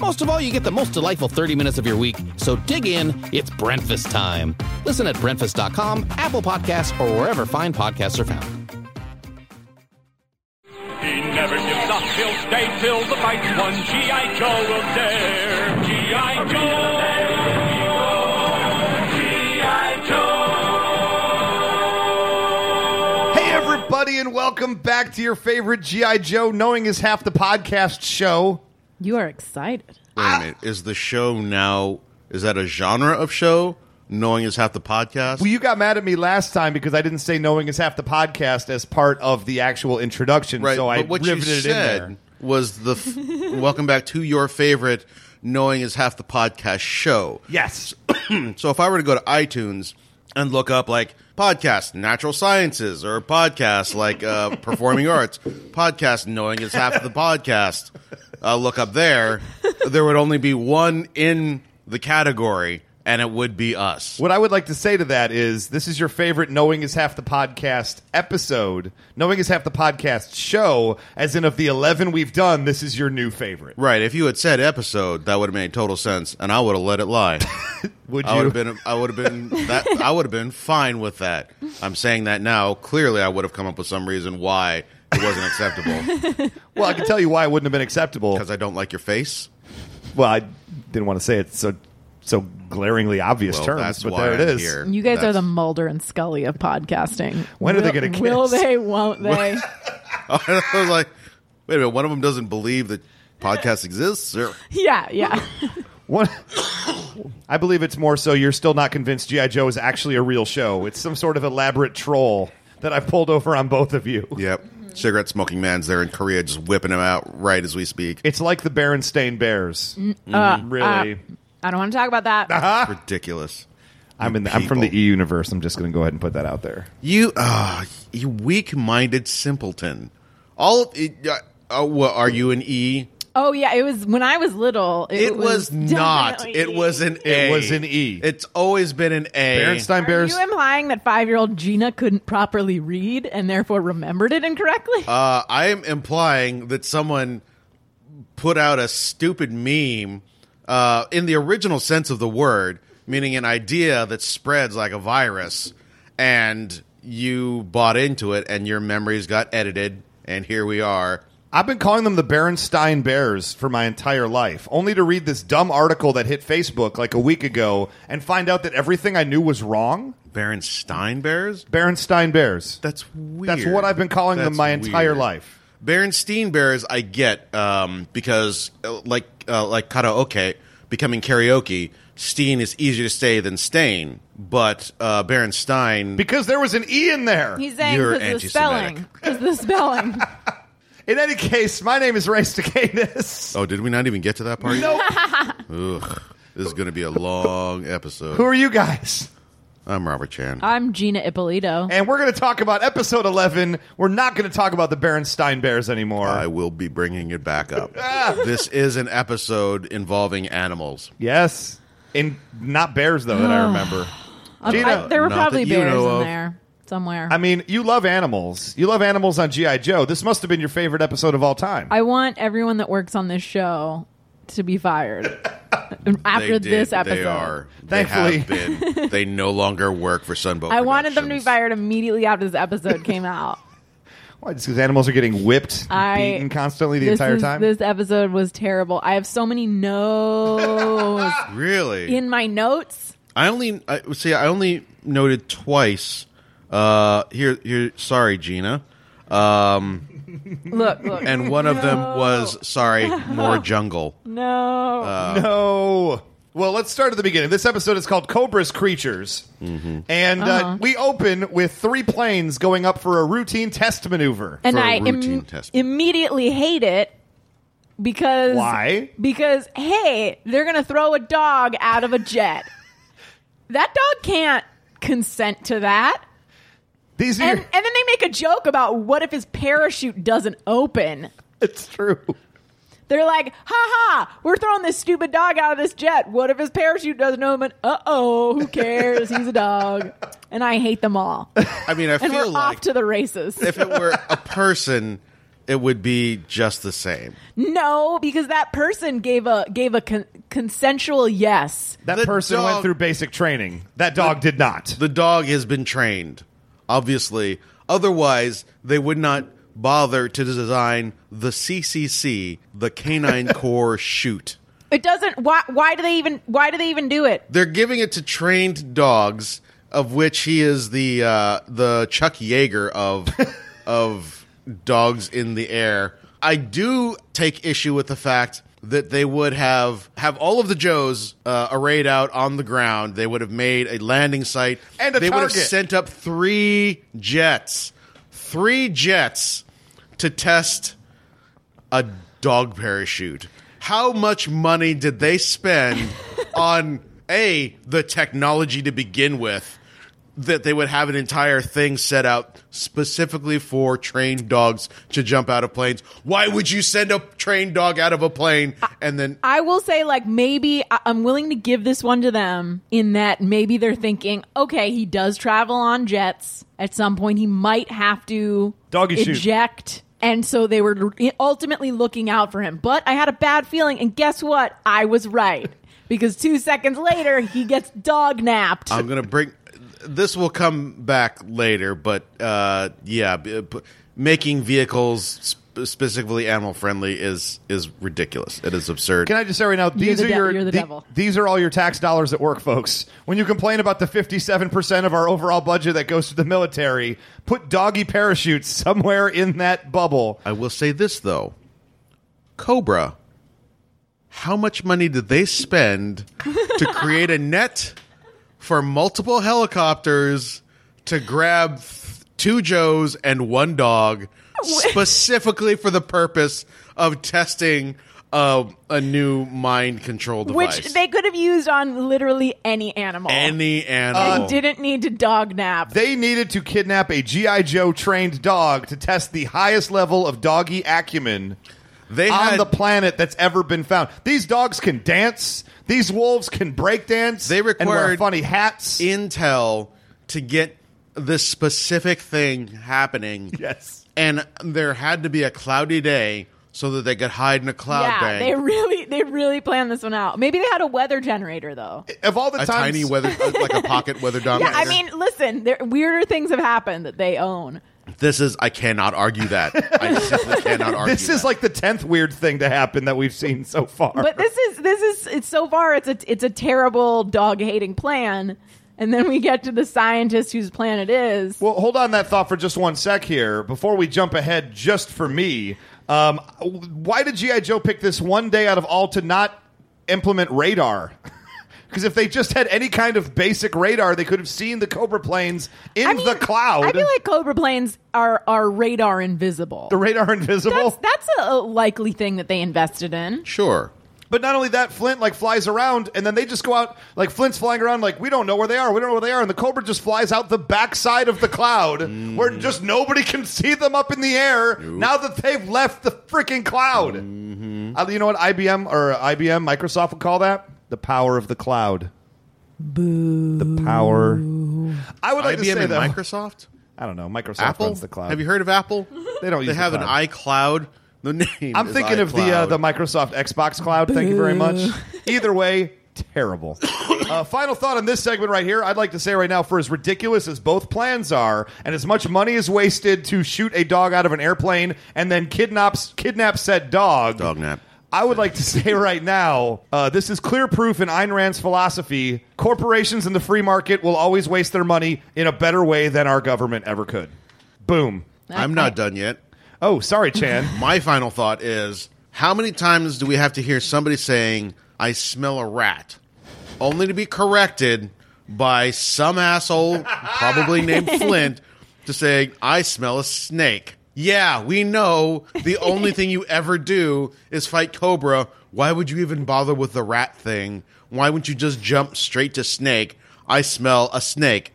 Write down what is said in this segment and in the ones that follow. Most of all, you get the most delightful 30 minutes of your week. So dig in, it's breakfast time. Listen at breakfast.com, Apple Podcasts, or wherever fine podcasts are found. He never gives up, he'll stay till the fight's won. G.I. Joe will dare. G.I. Joe! G.I. Hey, everybody, and welcome back to your favorite G.I. Joe, knowing is half the podcast show. You are excited. Wait a minute. Is the show now? Is that a genre of show? Knowing is half the podcast. Well, you got mad at me last time because I didn't say knowing is half the podcast as part of the actual introduction, right. so I but what you riveted it in said there. was the f- welcome back to your favorite. Knowing is half the podcast show. Yes. So if I were to go to iTunes and look up like podcast natural sciences or podcast like uh, performing arts, podcast knowing is half the podcast. Uh, look up there. There would only be one in the category, and it would be us. What I would like to say to that is this is your favorite Knowing is Half the Podcast episode. Knowing is Half the Podcast show, as in of the 11 we've done, this is your new favorite. Right. If you had said episode, that would have made total sense, and I would have let it lie. Would I would you? have been. I would have been. That I would have been fine with that. I'm saying that now. Clearly, I would have come up with some reason why it wasn't acceptable well, I can tell you why it wouldn't have been acceptable. because I don't like your face. well, I didn't want to say it so so glaringly obvious Well, terms, that's but why there it I'm is. here. You guys are That's- the Mulder and Scully of podcasting. When are they Will- gonna Will kiss? they? Won't they? I was like, wait a minute. One of them doesn't believe that podcast exists. Or, yeah, yeah. What? I believe it's more so you're still not convinced G.I. Joe is actually a real show. It's some sort of elaborate troll that I've pulled over on both of you. yep. Cigarette smoking man's there in Korea, just whipping him out right as we speak. It's like the Berenstain Bears. uh, Mm-hmm. really? I don't want to talk about that. Uh-huh. Ridiculous. I'm, in the, I'm from the people. E universe. I'm just going to go ahead and put that out there. You, ah, you weak-minded simpleton. All of it, uh, uh, what, are you an E? Oh yeah, it was when I was little. It, It was not. definitely- It was an A. It was an E. It's always been an A. Berenstain Are Bears. you implying that five-year-old Gina couldn't properly read and therefore remembered it incorrectly? Uh, I am implying that someone put out a stupid meme uh, in the original sense of the word, meaning an idea that spreads like a virus, and you bought into it, and your memories got edited, and here we are. I've been calling them the Berenstain Bears for my entire life, only to read this dumb article that hit Facebook like a week ago and find out that everything I knew was wrong. Berenstein Bears? Berenstain Bears. That's weird. That's what I've been calling them That's my entire weird. life. Berenstein Bears, I get um, because uh, like uh, like karaoke becoming karaoke, Steen is easier to say than Stain, but uh, Berenstein. Because there was an E in there. He's saying You're because of the spelling. anti-Semitic. Because the spelling. In any case, my name is Ray Stacadis. oh, did we not even get to that part? yet? Nope. Ugh, this is going to be a long episode. Who are you guys? I'm Robert Chan. I'm Gina Ippolito. And we're going to talk about episode 11. We're not going to talk about the Berenstain Bears anymore. I will be bringing it back up. Ah. this is an episode involving animals. yes. In not bears though that I remember. Um, Gina, I- there were not that probably you bears know in of. there somewhere. I mean, you love animals. You love animals on GI Joe. This must have been your favorite episode of all time. I want everyone that works on this show to be fired They after did. this episode. they are. Thankfully. they have been. They no longer work for Sunbow. I wanted them to be Productions. fired immediately after this episode came out. Why? Just because animals are getting whipped, I beaten constantly the this entire is- time. This episode was terrible. I have so many no's Really? in my notes. I only I see. I only noted twice. Uh, here, here. Sorry, Gina. Um, Look, look. and one of them was sorry, more jungle. no. No. Oh. Well, let's start at the beginning. This episode is called Cobra's Creatures. And uh Uh-huh. we open with three planes going up for a routine test maneuver. and for a I im- routine test. immediately hate it because Why? Because hey, they're gonna throw a dog out of a jet. that dog can't consent to that. These are And your- and then they make a joke about what if his parachute doesn't open. it's true. They're like, ha ha, we're throwing this stupid dog out of this jet. What if his parachute doesn't open? Uh oh, who cares? He's a dog. And I hate them all. I mean, I And we're feel off like to the races. if it were a person, it would be just the same. No, because that person gave a gave a con- consensual yes. That The person went dog- through basic training. That dog did not. The dog has been trained, obviously. Otherwise, they would not bother to design the CCC, the Canine Corps Shoot. It doesn't. Why? Why do they even? Why do they even do it? They're giving it to trained dogs, of which he is the uh, the Chuck Yeager of of dogs in the air. I do take issue with the fact that they would have have all of the Joes uh, arrayed out on the ground. They would have made a landing site And a they would have target. sent up three jets, three jets to test a dog parachute. How much money did they spend on a the technology to begin with that they would have an entire thing set out specifically for trained dogs to jump out of planes? Why would you send a trained dog out of a plane and then I will say, like maybe I- I'm willing to give this one to them in that maybe they're thinking, okay, he does travel on jets at some point. He might have to Doggy shoot. eject, and so they were ultimately looking out for him. But I had a bad feeling, and guess what? I was right because two seconds later he gets dog napped. I'm gonna bring. This will come back later, but uh, yeah, b- p- making vehicles sp- specifically animal friendly is is ridiculous. It is absurd. Can I just say right now, these the are de- your you're the the- devil. these are all your tax dollars at work, folks. When you complain about the fifty-seven percent of our overall budget that goes to the military, put doggy parachutes somewhere in that bubble. I will say this though, Cobra. How much money did they spend to create a net for multiple helicopters to grab th- two Joes and one dog, specifically for the purpose of testing uh, a new mind control device? which they could have used on literally any animal. any They animal. didn't need to dog nap. They needed to kidnap a GI Joe trained dog to test the highest level of doggy acumen They on had the planet that's ever been found. These dogs can dance. These wolves can break dance. They and wear required funny hats. intel to get this specific thing happening. yes. And there had to be a cloudy day so that they could hide in a cloud yeah, bank. they really they really planned this one out. Maybe they had a weather generator though. Of all the a times, tiny weather, uh, like a pocket weather yeah, dominator. I mean, listen, there, weirder things have happened that they own. this is. I cannot argue that. I simply cannot argue. this is that. like the tenth weird thing to happen that we've seen so far. But this is this is it's so far it's a it's a terrible dog hating plan. And then we get to the scientist whose plan it is. Well, hold on that thought for just one sec here before we jump ahead. Just for me, um, why did GI Joe pick this one day out of all to not implement radar? Because if they just had any kind of basic radar, they could have seen the Cobra planes in I mean, the cloud. I feel like cobra planes are are radar invisible. the radar invisible. that's that's a likely thing that they invested in. sure. But not only that, Flint like flies around, and then they just go out like Flint's flying around like we don't know where they are, we don't know where they are, and the Cobra just flies out the backside of the cloud where Mm. just nobody can see them up in the air now that they've left the freaking cloud. Mm-hmm. Uh, you know what IBM or IBM Microsoft would call that the power of the cloud. Boo. The power. I would like to IBM say and that Microsoft, I don't know Microsoft Apple. runs the cloud. Have you heard of Apple? They don't They use the have an cloud. iCloud. The name. I'm is thinking of the uh, iCloud. the Microsoft Xbox Cloud. Thank you very much. Either way, terrible. uh, final thought on this segment right here. I'd like to say right now, for as ridiculous as both plans are, and as much money is wasted to shoot a dog out of an airplane and then kidnaps kidnap said dog. dog nap. I would like to say right now, uh, this is clear proof in Ayn Rand's philosophy: corporations in the free market will always waste their money in a better way than our government ever could. Boom. I'm not done yet. Oh, sorry, Chan. My final thought is how many times do we have to hear somebody saying, I smell a rat, only to be corrected by some asshole, probably named Flint, to say, I smell a snake? Yeah, we know the only thing you ever do is fight Cobra. Why would you even bother with the rat thing? Why wouldn't you just jump straight to snake? I smell a snake.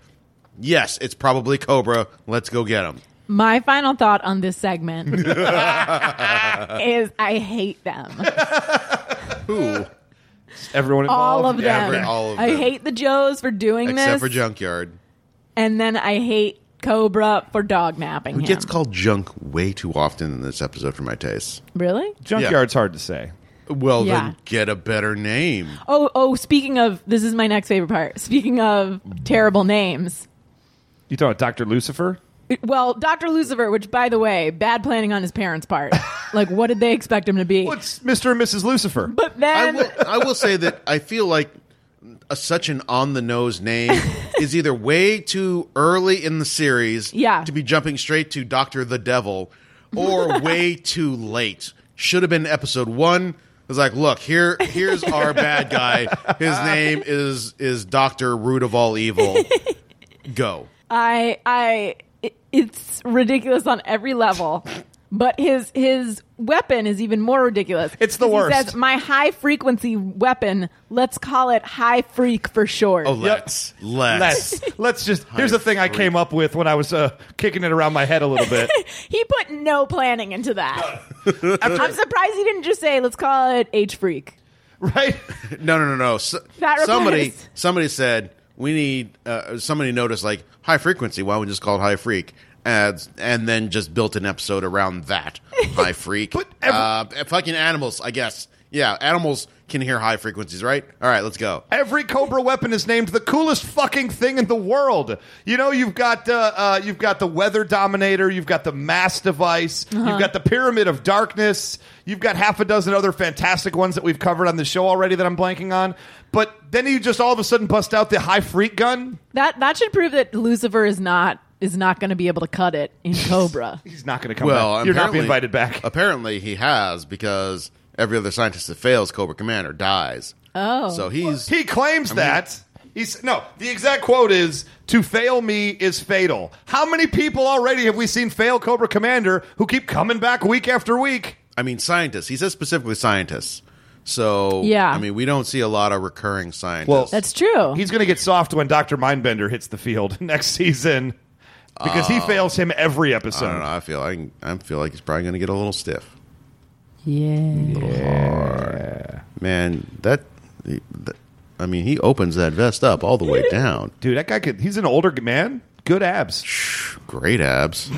Yes, it's probably Cobra. Let's go get him. My final thought on this segment is I hate them. Who? Everyone involved. All of them. every- all of I them. hate the Joes for doing Except this. for Junkyard. and then I hate Cobra for dog napping. Who him. gets called junk way too often in this episode for my taste. Really? Junkyard's hard to say. Well, Yeah. then get a better name. Oh, oh, speaking of, this is my next favorite part. Speaking of terrible names. You talking about Doctor Lucifer? Well, Dr. Lucifer, which, by the way, bad planning on his parents' part. like, what did they expect him to be? What's Mr. and Mrs. Lucifer? But I then will, I will say that I feel like a, such an on the nose name is either way too early in the series Yeah. to be jumping straight to Doctor the Devil or way too late. Should have been episode one. It's like, look, here here's our bad guy. His name is is Doctor Root of All Evil. Go. I I it- it's ridiculous on every level. But his his weapon is even more ridiculous. It's the 'Cause he worst. says, "My high frequency weapon. Let's call it high freak for short." Oh, let's. Let's. Let's let's just. Here's the thing I came up with when I was uh, kicking it around my head a little bit. he put no planning into that. I'm surprised he didn't just say, "Let's call it H freak." right? No, no, no, no. S- That replace- somebody, somebody said we need. Uh, somebody noticed like high frequency. Why don't we just call it high freak? And, and then just built an episode around that high freak. But every- uh, fucking animals, I guess. Yeah, animals can hear high frequencies, right? All right, let's go. Every Cobra weapon is named the coolest fucking thing in the world. You know, you've got uh, uh, you've got the Weather Dominator, you've got the Mass Device, Uh-huh. you've got the Pyramid of Darkness, you've got half a dozen other fantastic ones that we've covered on the show already that I'm blanking on. But then you just all of a sudden bust out the High Freak gun. That that should prove that Lucifer is not is not going to be able to cut it in Cobra. He's not going to come. Well, back. you're not apparently- being invited back. Apparently, he has because every other scientist that fails Cobra Commander dies. Oh, so he's He claims that. He's no. The exact quote is "To fail me is fatal." How many people already have we seen fail Cobra Commander who keep coming back week after week? I mean, scientists. He says specifically scientists. So Yeah. I mean, we don't see a lot of recurring scientists. Well, That's true. He's going to get soft when Doctor Mindbender hits the field next season because he fails him every Oh. I don't know. episode. I feel I, I feel like he's probably going to get a little stiff. yeah. Man, that, th- I mean, he opens that vest up all the way down. Dude, that guy could. He's an older man. Good abs. Great abs.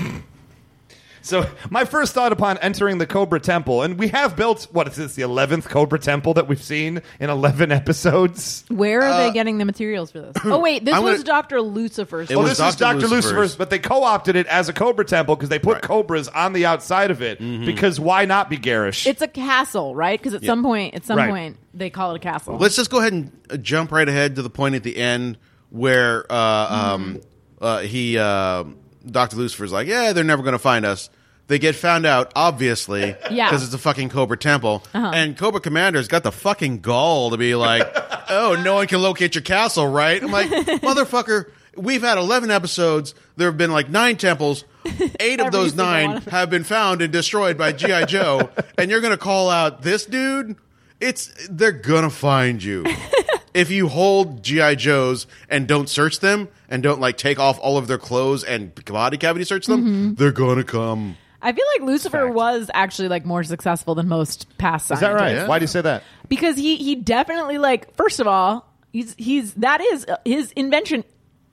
So, my first thought upon entering the Cobra Temple, and we have built, what is this, the 11th Cobra Temple that we've seen in 11 episodes? Where are they getting the materials for this? Oh wait, this I'm gonna- was Dr. Lucifer's. It Well, was this is Dr. Dr. Lucifer's. Lucifer's. but they co opted it as a Cobra Temple because they put Right. cobras on the outside of it because why not be garish? It's a castle, right? Because at some point, at some Right. point, they call it a castle. Let's just go ahead and uh, jump right ahead to the point at the end where uh, um, uh, he, uh, Dr. Lucifer's like, yeah, they're never going to find us. They get found out, obviously, Yeah. because it's a fucking Cobra Temple. And Cobra Commander's got the fucking gall to be like, oh, no one can locate your castle, right? I'm like, motherfucker, we've had 11 episodes. There have been like nine temples. Eight Every of those single nine one of them. have been found and destroyed by G.I. Joe, and you're going to call out this dude? It's they're going to find you. if you hold G.I. Joes and don't search them and don't like take off all of their clothes and body cavity search them, Mm-hmm. they're going to come. I feel like Lucifer was actually like more successful than most past is that right? Yeah. Why do you say that? Because he he definitely like first of all, he's he's that is his invention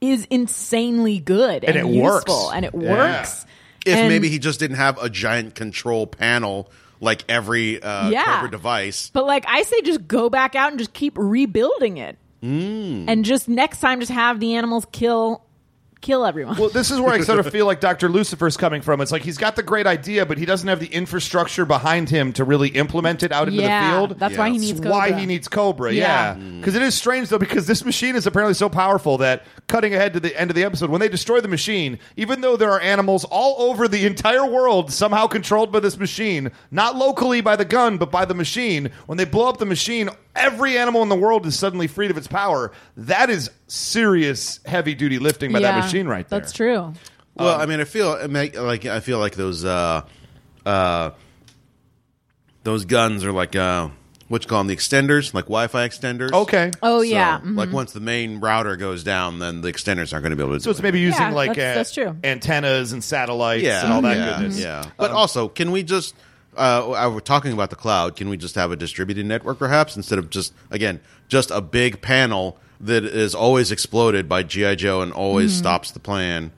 is insanely good and, it works. useful, and it Yeah. works. If And- maybe he just didn't have a giant control panel like every uh, Yeah. Cobra device. But like I say, just go back out and just keep rebuilding it, mm. and just next time, just have the animals kill kill everyone. Well, this is where I sort of feel like Dr. Lucifer's coming from. It's like he's got the great idea, but he doesn't have the infrastructure behind him to really implement it out into yeah, the field. that's why he Yeah. needs. That's why Cobra. he needs Cobra. Yeah. Mm. Yeah, because it is strange though, because this machine is apparently so powerful that cutting ahead to the end of the episode, when they destroy the machine, even though there are animals all over the entire world somehow controlled by this machine, not locally by the gun but by the machine, when they blow up the machine, every animal in the world is suddenly freed of its power. That is serious heavy duty lifting by Yeah, that machine right there. That's true. Um, Well, I mean, I feel I make- like I feel like those uh, uh, those guns are like uh, what you call them, the extenders, like Wi-Fi extenders. Okay. Oh So, yeah, Like once the main router goes down, then the extenders aren't going to be able to. So it's maybe using Yeah, like that's- uh, that's true. antennas and satellites yeah, and all that yeah, Mm-hmm. goodness. Yeah, but also, can we just? Uh, I- we're talking about the cloud. Can we just have a distributed network, perhaps, instead of just again just a big panel that is always exploded by GI Joe and always Mm-hmm. stops the plan?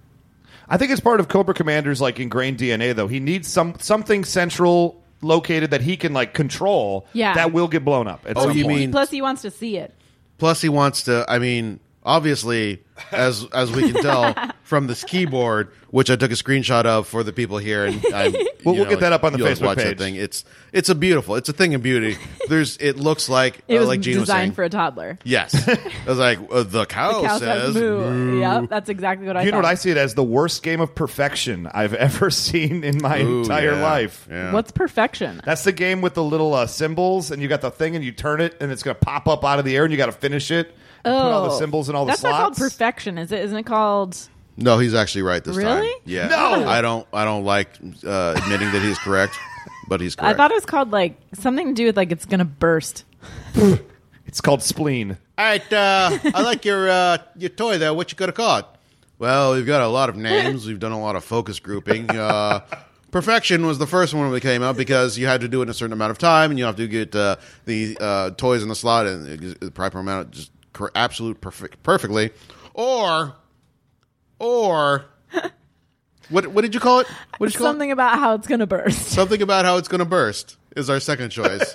I think it's part of Cobra Commander's like ingrained DNA though. He needs some something central located that he can like control Yeah. that will get blown up. At Oh, some you point. mean- Plus, he wants to see it. Plus, he wants to. I mean, obviously, as as we can tell from this keyboard, which I took a screenshot of for the people here, and I'm, We'll- we'll get that up on the you'll Facebook watch that page. Thing. It's it's a beautiful. It's a thing of beauty. There's. It looks like It uh, was like Gene was saying. designed for a toddler. yes, I was like uh, the cow, Cow says. moo. Yep, that's exactly what I. You know what thought. I see it as the worst game of perfection I've ever seen in my Ooh, entire yeah, life. yeah. What's perfection? That's the game with the little uh, symbols, and you got the thing, and you turn it, and it's going to pop up out of the air, and you got to finish it. and put all the symbols and all the Oh, that's slots. not called perfection, is it? Isn't it called? No, he's actually right this Really? time. Yeah. No! I don't. I don't like uh, admitting that he's correct, but he's correct. I thought it was called like something to do with like it's gonna burst. It's called spleen. All right, uh, I like your uh, your toy there. What you gonna call it? Well, we've got a lot of names. We've done a lot of focus grouping. Uh, Perfection was the first one we came out because you had to do it in a certain amount of time, and you have to get uh, the uh, toys in the slot and the proper amount, just cor- absolute perfect, perfectly. Or, or what? What did you call it? What did you call Something about how it's gonna burst. it? Something about how it's gonna burst is our second choice.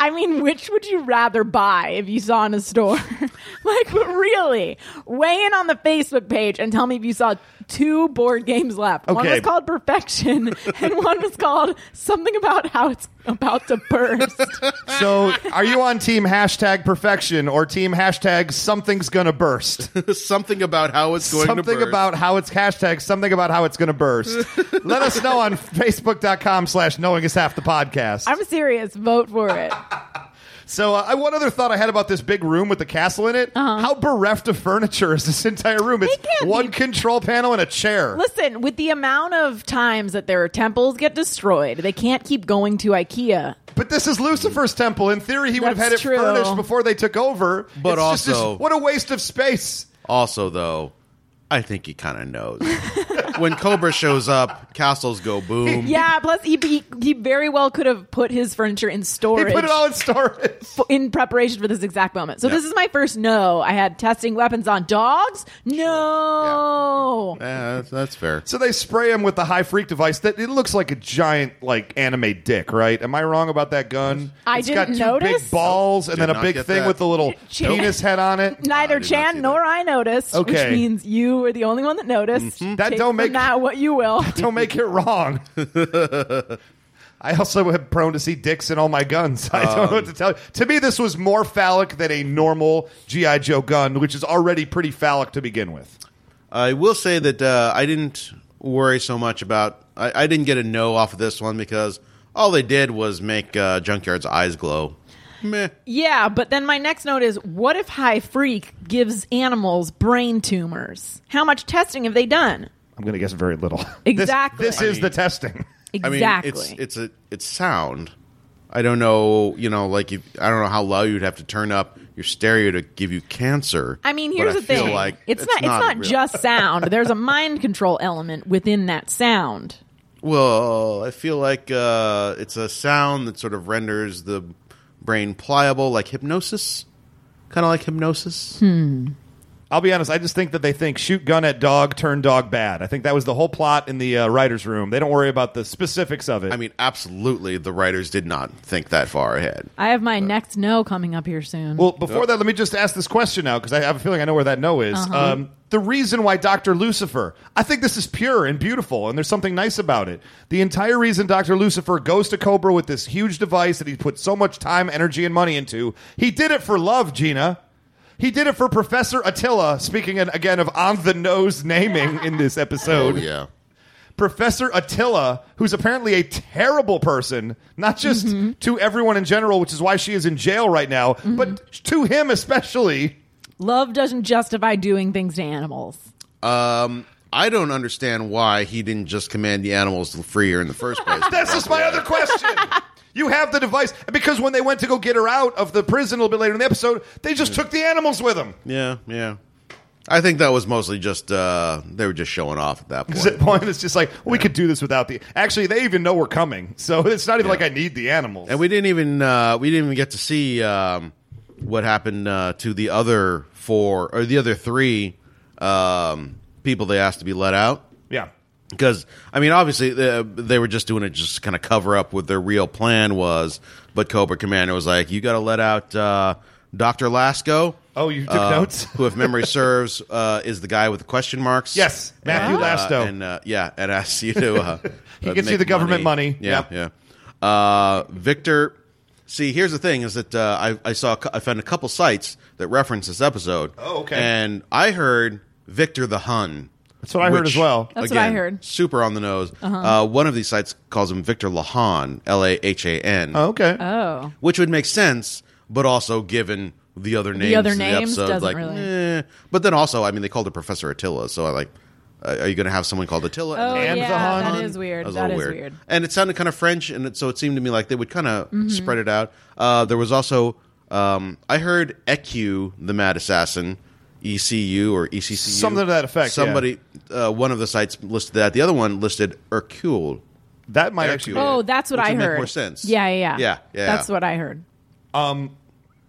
I mean, which would you rather buy if you saw in a store? like, but really, weigh in on the Facebook page and tell me if you saw two board games left. One Okay. was called Perfection, and one was called something about how it's about to burst. So, are you on team hashtag perfection or team hashtag something's gonna burst? something about how it's going to something burst. about how it's hashtag something about how it's gonna burst. Let us know on facebook.com slash knowing is half the podcast. I'm serious. Vote for it. so, uh, I one other thought I had about this big room with the castle in it. How bereft of furniture is this entire room? It's Uh-huh. can't one be- control panel and a chair. Listen, with the amount of times that their temples get destroyed, they can't keep going to IKEA. But this is Lucifer's temple. In theory, he would have had it That's true. furnished before they took over. But It's just this- also- what a waste of space. Also, though, I think he kind of knows. when Cobra shows up, castles go boom. Yeah. Plus, he, he he very well could have put his furniture in He storage. put it all in storage. f- in preparation for this exact moment. So this is my first no. I had testing weapons on dogs. No. Yeah, Eh, that's, that's fair. So they spray him with the high freak device that it looks like a giant like anime dick, right? Am I wrong about that gun? I It's didn't got two notice. big balls and Did then a not big get thing that. with a little Nope. penis head on it. Neither I did not see Chan that. nor I noticed, Okay. which means you were the only one that noticed. Mm-hmm. That Take don't from make- that what you will. Don't make it wrong. I also am prone to see dicks in all my guns. I don't know what to Um, tell you. To me, this was more phallic than a normal GI Joe gun, which is already pretty phallic to begin with. I will say that uh, I didn't worry so much about. I, I didn't get a no off of this one because all they did was make uh, Junkyard's eyes glow. Meh. yeah, but then my next note is: What if High Freak gives animals brain tumors? How much testing have they done? I'm going to guess very little. This- Exactly. This, is the testing. I mean, Exactly. it's it's a it's sound. I don't know, you know, like if, I don't know how loud you'd have to turn up your stereo to give you cancer. I mean, but here's I the feel thing. Like it's, not. It's not real. just sound. There's a mind control element within that sound. Well, I feel like uh, it's a sound that sort of renders the brain pliable, like hypnosis, kind of like hypnosis. I'll be honest. I just think that they think shoot gun at dog, turn dog bad. I think that was the whole plot in the uh, writers' room. They don't worry about the specifics of it. I mean, absolutely, the writers did not think that far ahead. I have my next no coming up here soon. Well, before that, let me just ask this question now because I have a feeling I know where that no is. Um, the reason why Dr. Lucifer, I think this is pure and beautiful, and there's something nice about it. The entire reason Dr. Lucifer goes to Cobra with this huge device that he put so much time, energy, and money into, he did it for love, Gina. He did it for Professor Attila, speaking in- again of on the nose naming in this episode. Oh, yeah. Professor Attila, who's apparently a terrible person, not just to everyone in general, which is why she is in jail right now, but to him especially. Love doesn't justify doing things to animals. Um, I don't understand why he didn't just command the animals to free her in the first place. That's just my other question. You have the device because when they went to go get her out of the prison a little bit later in the episode, they just took the animals with them. Yeah, yeah. I think that was mostly just uh, they were just showing off at that At that point. point, it's just like we could do this without the. Actually, they even know we're coming, so it's not even like I need the animals. And we didn't even uh, we didn't even get to see um, what happened uh, to the other four or the other three um, people they asked to be let out yeah, because I mean obviously uh, they were just doing it just kind of cover up what their real plan was. But Cobra Commander was like, "You got to let out uh, Doctor Lasco." Oh, you took uh, notes? who, if memory serves, uh, is the guy with the question marks? Yes, Matthew And, uh, Lasto. and uh, yeah, and asks you to uh, He uh, gets you make the government money. Yeah, Yep. yeah. Uh, Victor, see, here's the thing: is that uh, I, I saw, a cou- I found a couple sites that reference this episode. Oh, okay. And I heard Victor the Hun. That's what I heard as well. That's what I heard. Uh-huh. Super on the nose. Uh, one of these sites calls him Victor Lahan, L A H A N Oh, okay. Oh. which would make sense, but also given the other names, other in the names episode, doesn't like, really- eh. but then also, I mean, they called her Professor Attila, so I like, uh, are you going to have someone called Attila? Oh, And yeah. the Han. That is weird. That was a That is little weird. Mm-hmm. and it sounded kind of French, and it, so it seemed to me like they would kind of spread it out. Uh, there was also, um, I heard EQ, the Mad Assassin. ECU or E ECCU, Something to that effect, yeah. Somebody, uh, one of the sites listed that. The other one listed Hercule. that might Eric, actually. you- Oh, that's what Which I would make heard. more sense. Yeah, yeah, yeah. Yeah, yeah. That's what I heard.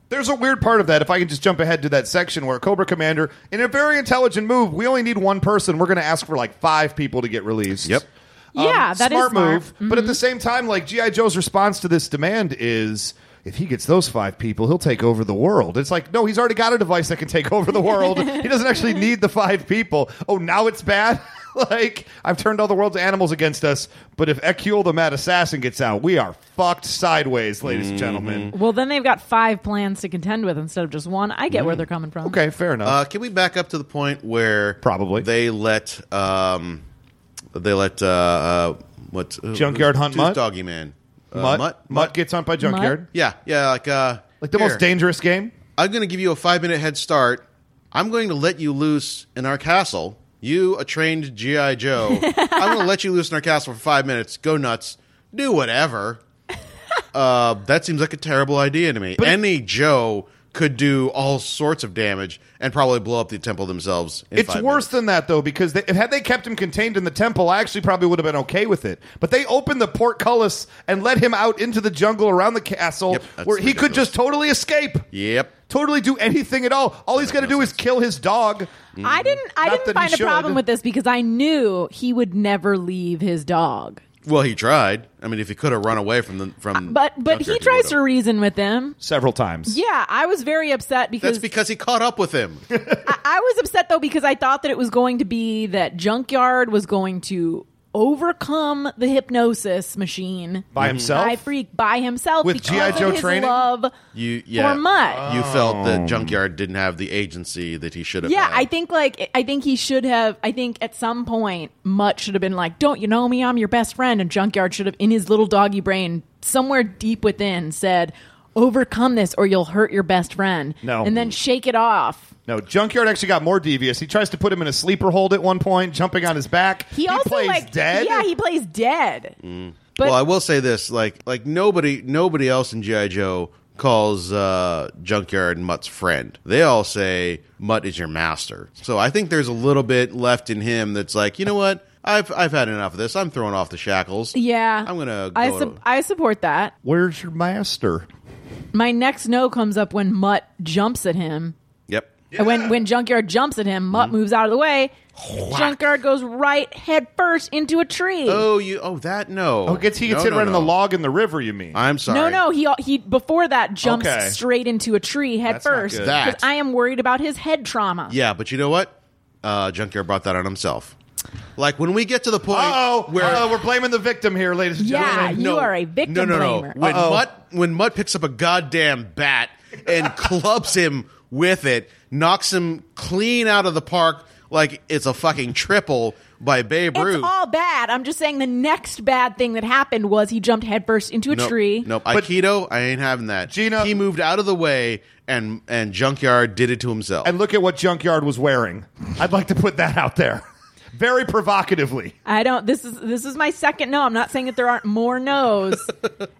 There's a weird part of that. If I can just jump ahead to that section where Cobra Commander, in a very intelligent move, we only need one person. We're going to ask for like five people to get released. Yep. Um, yeah, that is smart move. Mhm. But at the same time, like GI Joe's response to this demand is. If he gets those five people, he'll take over the world. It's like, no, he's already got a device that can take over the world. he doesn't actually need the five people. Oh, now it's bad. like I've turned all the world's animals against us. But if Ecule the Mad Assassin gets out, we are fucked sideways, ladies and gentlemen. Well, then they've got five plans to contend with instead of just one. I get where they're coming from. Okay, fair enough. Uh, can we back up to the point where Probably. they let um, they let uh, uh, what uh, Junkyard Hunt who's Mutt? Doggy Man Uh, Mutt, Mutt, Mutt gets humped by Junkyard. yeah yeah like uh, Like the most here, dangerous game. I'm going to give you a five minute head start. I'm going to let you loose in our castle. You a trained GI Joe. I'm going to let you loose in our castle for five minutes. Go nuts. Do whatever. Uh, that seems like a terrible idea to me. Any Joe could do all sorts of damage and probably blow up the temple themselves. In It's five worse minutes. than that though, because they, had they kept him contained in the temple, I actually probably would have been okay with it. But they opened the portcullis and let him out into the jungle around the castle, Yep, that's where he could ridiculous. just totally escape, Yep. totally do anything at all. All he's got to do is kill his dog. I didn't. I Not that he didn't find a should. problem with this because I knew he would never leave his dog. Well, he tried. I mean, if he could have run away from the from, Uh, But but Junkyard, he tries would've. to reason with them. Several times. Yeah, I was very upset That's because, because he caught up with him. I, I was upset though because I thought that it was going to be that Junkyard was going to overcome the hypnosis machine By himself? by freak by himself With because G.I. of Joe his training? love You yeah, for Mutt. You felt Oh. that Junkyard didn't have the agency that he should have. Yeah, had. I think like I think he should have. I think at some point Mutt should have been like, "Don't you know me? I'm your best friend." And Junkyard should have, in his little doggy brain, somewhere deep within, said, "Overcome this, or you'll hurt your best friend." No. and then shake it off. No, Junkyard actually got more devious. He tries to put him in a sleeper hold at one point, jumping on his back. He, also plays like dead. Yeah, he plays dead. But well, I will say this: like, like nobody, nobody else in GI Joe calls uh, Junkyard Mutt's friend. They all say Mutt is your master. So I think there's a little bit left in him that's like, you know what? I've I've had enough of this. I'm throwing off the shackles. yeah, I'm gonna. Go I to- sup- I support that. Where's your master? My next no comes up when Mutt jumps at him. yep. And When when Junkyard jumps at him, Mm-hmm. Mutt moves out of the way. Junkyard goes right head first into a tree. Oh, you. Oh, that no. Oh, gets he gets No, hit no, right in no. the log in the river. You mean? I'm No, sorry. no, he he before that jumps Okay. straight into a tree head That's not first. good. 'cause That- I am worried about his head trauma. Yeah, but you know what? Uh, Junkyard brought that on himself. Like when we get to the point oh, where we're blaming the victim here, ladies and Yeah, gentlemen. Ah, you are a victim no, no, no. blamer. When Uh-oh. Mutt when Mutt picks up a goddamn bat and clubs him with it, knocks him clean out of the park like it's a fucking triple by Babe Ruth. It's all bad. I'm just saying the next bad thing that happened was he jumped headfirst into a nope, tree. Nope. But- Aikido, I ain't having that. Gina- he moved out of the way, and and Junkyard did it to himself. And look at what Junkyard was wearing. I'd like to put that out there, very provocatively. I don't this is this is my second no. I'm not saying that there aren't more no's.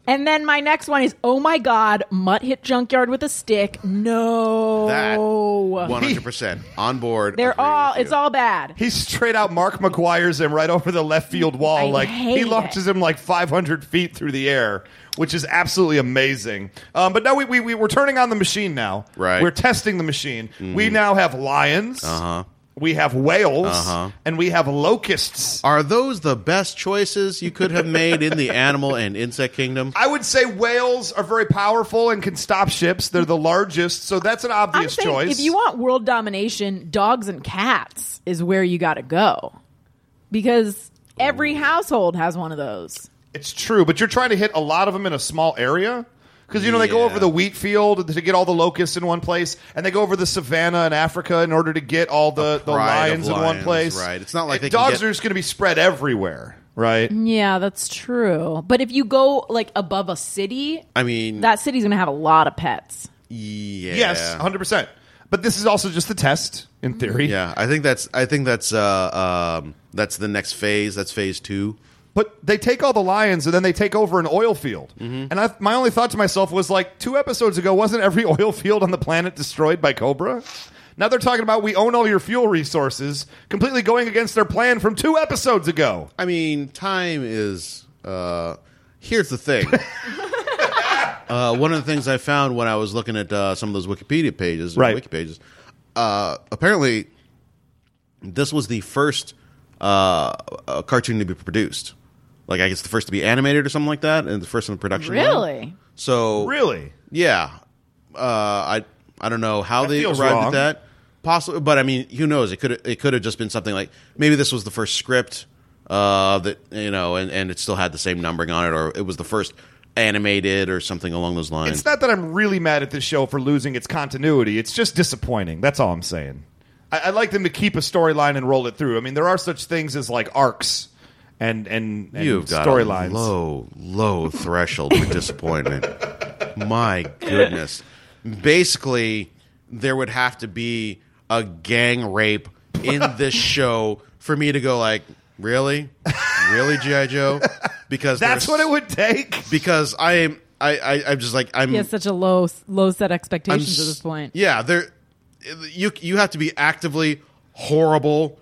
and then my next one is oh my god, Mutt hit Junkyard with a stick. No. that one hundred percent on board. They're agree all with you. it's all bad. He straight out Mark McGuire's him right over the left field wall. I like hate he launches it. him like 500 feet through the air, which is absolutely amazing. Um, but now we, we, we we're turning on the machine now. Right. We're testing the machine. We now have lions. Mm. Uh-huh. We have whales and we have locusts. Are those the best choices you could have made in the animal and insect kingdom? I would say whales are very powerful and can stop ships. They're the largest, so that's an I'm obvious saying choice. if you want world domination, dogs and cats is where you got to go. Because every household has one of those. It's true, but you're trying to hit a lot of them in a small area. Because you know they go Yeah. over the wheat field to get all the locusts in one place, and they go over the savannah in Africa in order to get all the, the pride of lions in one lions, place. right. It's not like they can dogs get- Mm-hmm. are just going to be spread everywhere, right? Yeah, that's true. But if you go like above a city, I mean, that city's going to have a lot of pets. yeah. Yes, 100. percent But this is also just the test in theory. Yeah, I think that's I think that's uh um that's the next phase. That's phase two. But they take all the lions and then they take over an oil field. Mm-hmm. And I, my only thought to myself was like, two episodes ago, wasn't every oil field on the planet destroyed by Cobra? Now they're talking about we own all your fuel resources, completely going against their plan from two episodes ago. I mean, time is uh here's the thing. uh one of the things I found when I was looking at uh, some of those Wikipedia pages, or Right. wiki pages, uh apparently this was the first uh uh, cartoon to be produced. Like I guess the first to be animated or something like that, and the first in the production. line. Really? So Really? Yeah, uh, I I don't know how they feels arrived wrong. at that. Possibly, but I mean, who knows? It could it could have just been something like maybe this was the first script uh, that you know, and, and it still had the same numbering on it, or it was the first animated or something along those lines. It's not that I'm really mad at this show for losing its continuity. It's just disappointing. That's all I'm saying. I, I like them to keep a storyline and roll it through. I mean, there are such things as like arcs and and, and You've got a storylines. low low threshold for disappointment. My goodness. Basically, there would have to be a gang rape in this show for me to go like, really, really, GI Joe, because That's there's- what it would take. Because I am, I, I, I'm just like I'm. He has such a low low set Mm. I'm expectations at s- this point. Yeah, there. You you have to be actively horrible.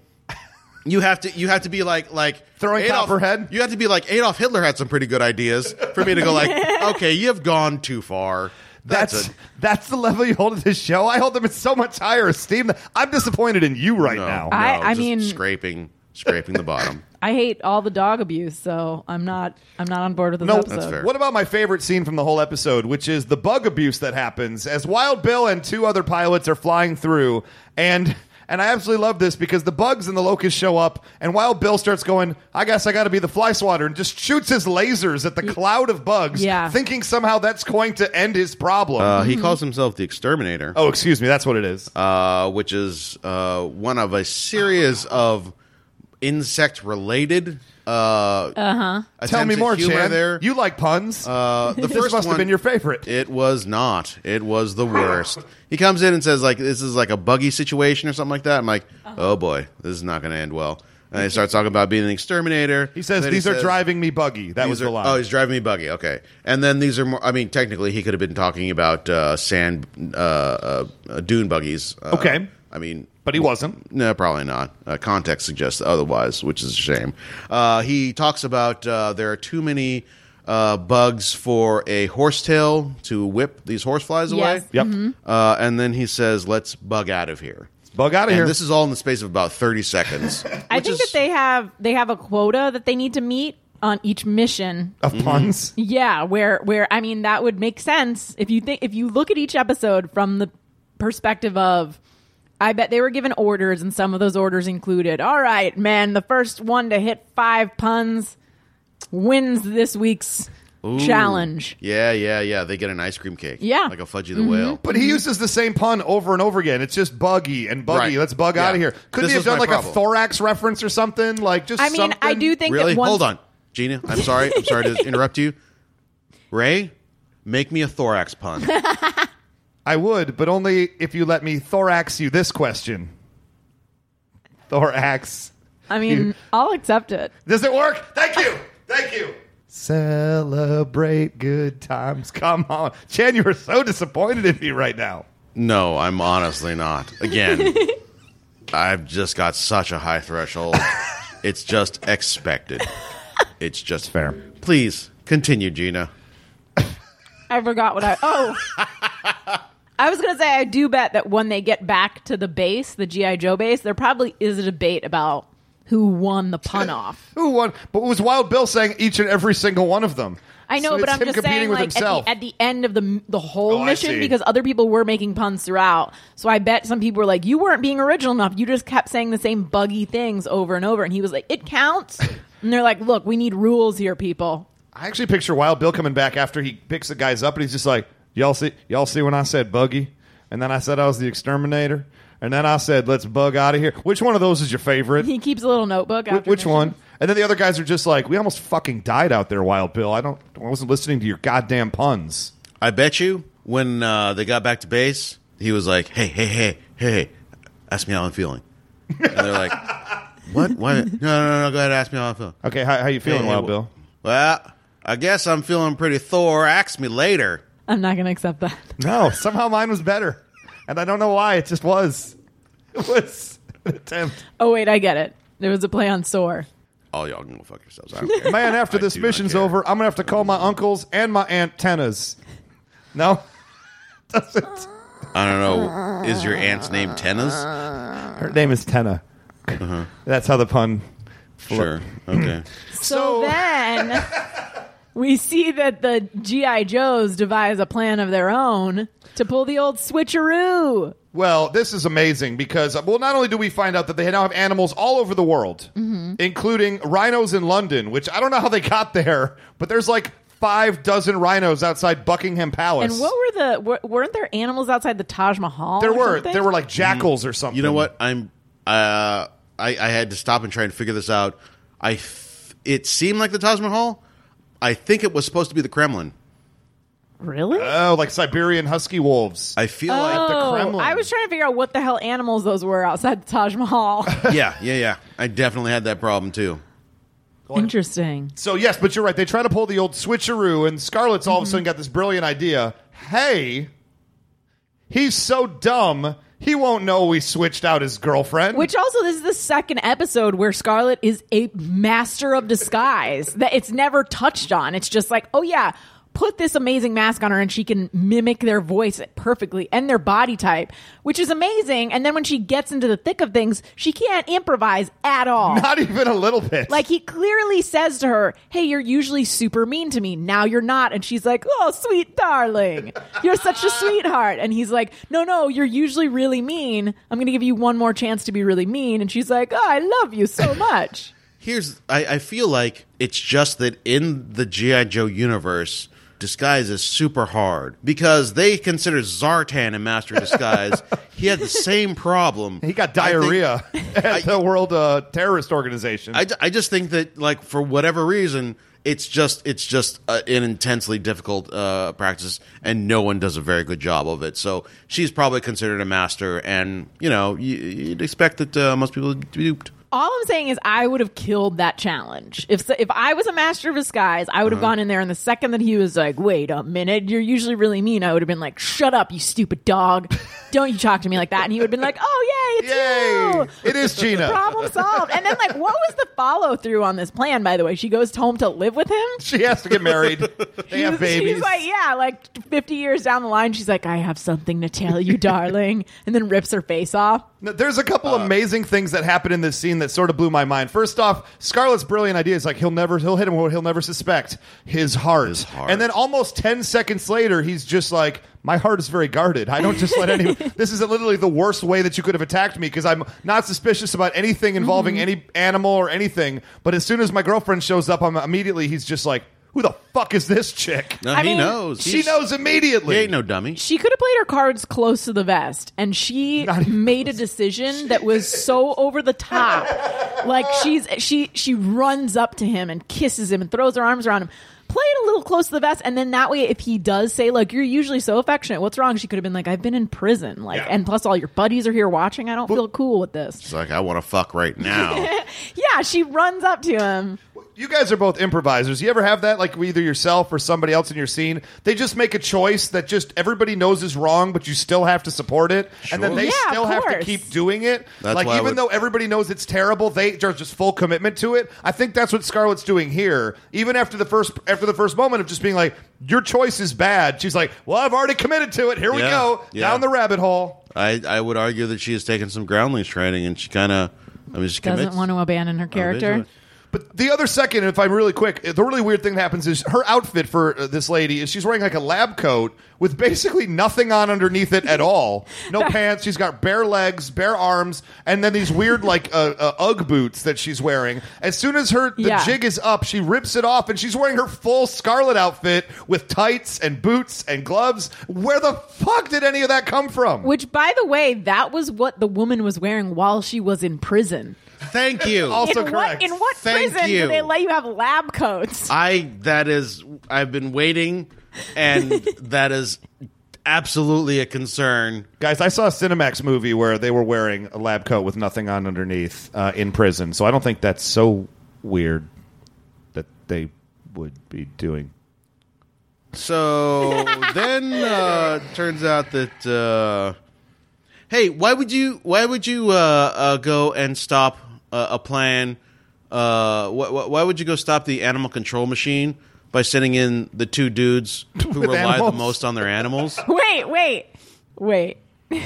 You have to you have to be like like Throwing Adolf, Copperhead? You have to be like Adolf Hitler had some pretty good ideas for me to go like okay you have gone too far. That's that's the level you hold at this show. I hold them in so much higher esteem. that- I'm disappointed in you right no, now. no, I- I just mean- scraping scraping the bottom. I hate all the dog abuse, so I'm not I'm not on board with this no, episode. That's fair. what about my favorite scene from the whole episode, which is the bug abuse that happens as Wild Bill and two other pilots are flying through, and and I absolutely love this because the bugs and the locusts show up, and Wild Bill starts going, "I guess I got to be the fly swatter," and just shoots his lasers at the cloud of bugs, Yeah. thinking somehow that's going to end his problem. Uh, he calls himself the exterminator, oh, excuse me, that's what it is. uh, which is uh, one of a series of insect related. Uh huh. Uh-huh. Tell me more, humor Chan. There, You like puns? Uh, the This first must one, have been your favorite. It was not. It was the worst. he comes in and says like this is like a buggy situation or something like that. I'm like, oh boy, this is not going to end well. And he starts talking about being an exterminator. He says Then these are says, driving me buggy. That these was are- the line. Oh, he's driving me buggy. Okay, and then these are more. I mean, technically, he could have been talking about uh, sand uh, uh, uh, dune buggies. Uh, Okay. I mean, but he wasn't. no, probably not. Uh, context suggests otherwise, which is a shame. Uh, he talks about uh, there are too many uh, bugs for a horsetail to whip these horseflies away. Yes. Mm-hmm. Yep. Uh, and then he says, "Let's bug out of here." Bug out of and here. This is all in the space of about thirty seconds. I which think is- that they have they have a quota that they need to meet on each mission. of Mm-hmm. puns. Yeah, where where I mean that would make sense if you think if you look at each episode from the perspective of I bet they were given orders and some of those orders included, all right, man, the first one to hit 5 puns wins this week's challenge. Yeah, yeah, yeah. They get an ice cream cake. Yeah. Mm-hmm. like a fudgy the whale. But he uses the same pun over and over again. It's just buggy and buggy. Right. Let's bug Yeah. out of here. Couldn't This he have was done my like problem. a thorax reference or something? Like just I mean, I something? do think Really? that once, Hold on, Gina. I'm sorry. I'm sorry to interrupt you. Ray, make me a thorax pun. I would, but only if you let me thorax you this question. Thorax. I mean, You- I'll accept it. Does it work? Thank you. Thank you. Celebrate good times. Come on. Chan, you are so disappointed in me right now. No, I'm honestly not. Again, I've just got such a high threshold. It's just expected. It's just Fair. Please continue, Gina. I forgot what I. Oh, I was gonna say I do bet that when they get back to the base, the GI Joe base, there probably is a debate about who won the pun off. Who won? But it was Wild Bill saying each and every single one of them. I know, So but it's I'm him just competing saying, with like at the, himself. at the end of the the whole Oh, I see. mission, because other people were making puns throughout. So I bet some people were like, "You weren't being original enough. You just kept saying the same buggy things over and over." And he was like, "It counts." and they're like, "Look, we need rules here, people." I actually picture Wild Bill coming back after he picks the guys up, and he's just like, "Y'all see, y'all see when I said buggy, and then I said I was the exterminator, and then I said let's bug out of here. Which one of those is your favorite? He keeps a little notebook. Wh- After Which missions. one?" And then the other guys are just like, "We almost fucking died out there, Wild Bill. I don't, I wasn't listening to your goddamn puns." I bet you when uh, they got back to base, he was like, "Hey, hey, hey, hey, ask me how I'm feeling." And they're like, "What? Why? No, no, no, go ahead, ask me how I'm feeling." Okay, how, how you feeling, Hey, Wild hey, Bill? Well, I guess I'm feeling pretty Thor. Ask me later. I'm not going to accept that. No, somehow mine was better, and I don't know why. It just was. It was an attempt. Oh wait, I get it. There was a play on sore. All y'all can go fuck yourselves. I don't care. Man, after I this do not mission's care. over, I'm gonna have to call my uncles and my antennas. No, doesn't. I don't know. Is your aunt's name Tennas? Her name is Tenna. Uh-huh. That's how the pun. Sure. Okay. So, then we see that the GI Joes devise a plan of their own to pull the old switcheroo. Well, this is amazing because uh, well, not only do we find out that they now have animals all over the world, Mm-hmm. including rhinos in London, which I don't know how they got there, but there's like five dozen rhinos outside Buckingham Palace. And what were the were, weren't there animals outside the Taj Mahal? there or were something? there were like jackals or something. Mm. You know what? I'm. Uh, I I had to stop and try and figure this out. I. Th- it seemed like the Taj Mahal. I think it was supposed to be the Kremlin. really. Oh, like Siberian husky wolves. I feel Oh, Kremlin. I was trying to figure out what the hell animals those were outside the Taj Mahal. like. Yeah, yeah, yeah. I definitely had that problem too. Interesting. So yes, but you're right. They try to pull the old switcheroo, and Scarlett's Mm-hmm. all of a sudden got this brilliant idea. Hey, he's so dumb, he won't know we switched out his girlfriend. Which also this is the second episode where Scarlet is a master of disguise that it's never touched on. It's just like, oh yeah, put this amazing mask on her and she can mimic their voice perfectly and their body type, which is amazing. And then when she gets into the thick of things, she can't improvise at all. not even a little bit. like he clearly says to her, "Hey, you're usually super mean to me. Now you're not." And she's like, "Oh, sweet darling. You're such a sweetheart." And he's like, "No, no, you're usually really mean. I'm going to give you one more chance to be really mean." And she's like, "Oh, I love you so much." Here's. I, I feel like it's just that in the GI Joe universe. Disguise is super hard because they consider Zartan a master of disguise. he had the same problem. he got I think- diarrhea at the World uh, Terrorist Organization. I, ju- I just think that like for whatever reason it's just it's just uh an intensely difficult uh, practice and no one does a very good job of it so she's probably considered a master and you know you, you'd expect that uh, most people would be duped All I'm saying is I would have killed that challenge. If if I was a master of disguise, I would have gone in there and the second that he was like, "Wait a minute, you're usually really mean." I would have been like, "Shut up, you stupid dog. Don't you talk to me like that." And he would have been like, "Oh, at Yay! you. It is Gina. Problem solved. And then, like, what was the follow through on this plan? By the way, she goes home to live with him. She has to get married. They have She's- babies. She's like, yeah, like 50 years down the line, she's like, I have something to tell you, darling. And then rips her face off. Now, There's a couple Uh, amazing things that happened in this scene that sort of blew my mind. First off, Scarlett's brilliant idea is like he'll never he'll hit him what he'll never suspect his heart. His heart. And then almost ten seconds later, he's just like, "My heart is very guarded. I don't just let anyone. This is literally the worst way that you could have attacked me because I'm not suspicious about anything Mm-hmm. involving any animal or anything. But as soon as my girlfriend shows up, I'm immediately he's just like, "Who the fuck is this chick? No, I he mean, knows. She He's- knows immediately. He ain't no dummy. She could have played her cards close to the vest, and she Not even made a decision that was so over the top. like she's she she runs up to him and kisses him and throws her arms around him. Play it a little close to the vest, and then that way, if he does say, "Look, you're usually so affectionate. What's wrong?" She could have been like, "I've been in prison, like, Yeah. and plus all your buddies are here watching. I don't feel cool with this." She's like, I want to fuck right now. Yeah, she runs up to him. You guys are both improvisers. You ever have that? Like either yourself or somebody else in your scene, they just make a choice that just everybody knows is wrong, but you still have to support it, and then Sure. they Yeah, of still have to course. keep doing it. That's like why I even would- though everybody knows it's terrible, they are just full commitment to it. I think that's what Scarlett's doing here. Even after the first after the first moment of just being like, "Your choice is bad," she's like, "Well, I've already committed to it. Here we Yeah. go Yeah. down the rabbit hole." I, I would argue that she has taken some groundlings training and she kind of, I mean, she Doesn't commits- want to abandon Oh, her character. But the other second, if I'm really quick, the really weird thing that happens is her outfit for uh, this lady is she's wearing like a lab coat with basically nothing on underneath it at all. No pants. She's got bare legs, bare arms, and then these weird like uh, uh, UGG boots that she's wearing. As soon as her the Yeah. jig is up, she rips it off and she's wearing her full scarlet outfit with tights and boots and gloves. Where the fuck did any of that come from? Which, by the way, that was what the woman was wearing while she was in prison. Thank you. Also in correct. what in what Thank prison you. do they let you have lab coats? I that is I've been waiting, and that is absolutely a concern. Guys, I saw a Cinemax movie where they were wearing a lab coat with nothing on underneath uh, in prison, so I don't think that's so weird that they would be doing. So then uh, turns out that uh, hey, why would you why would you uh, uh, go and stop uh, a plan? Uh, wh- wh- why would you go stop the animal control machine by sending in the two dudes who With rely animals? the most on their animals? Wait, wait, wait,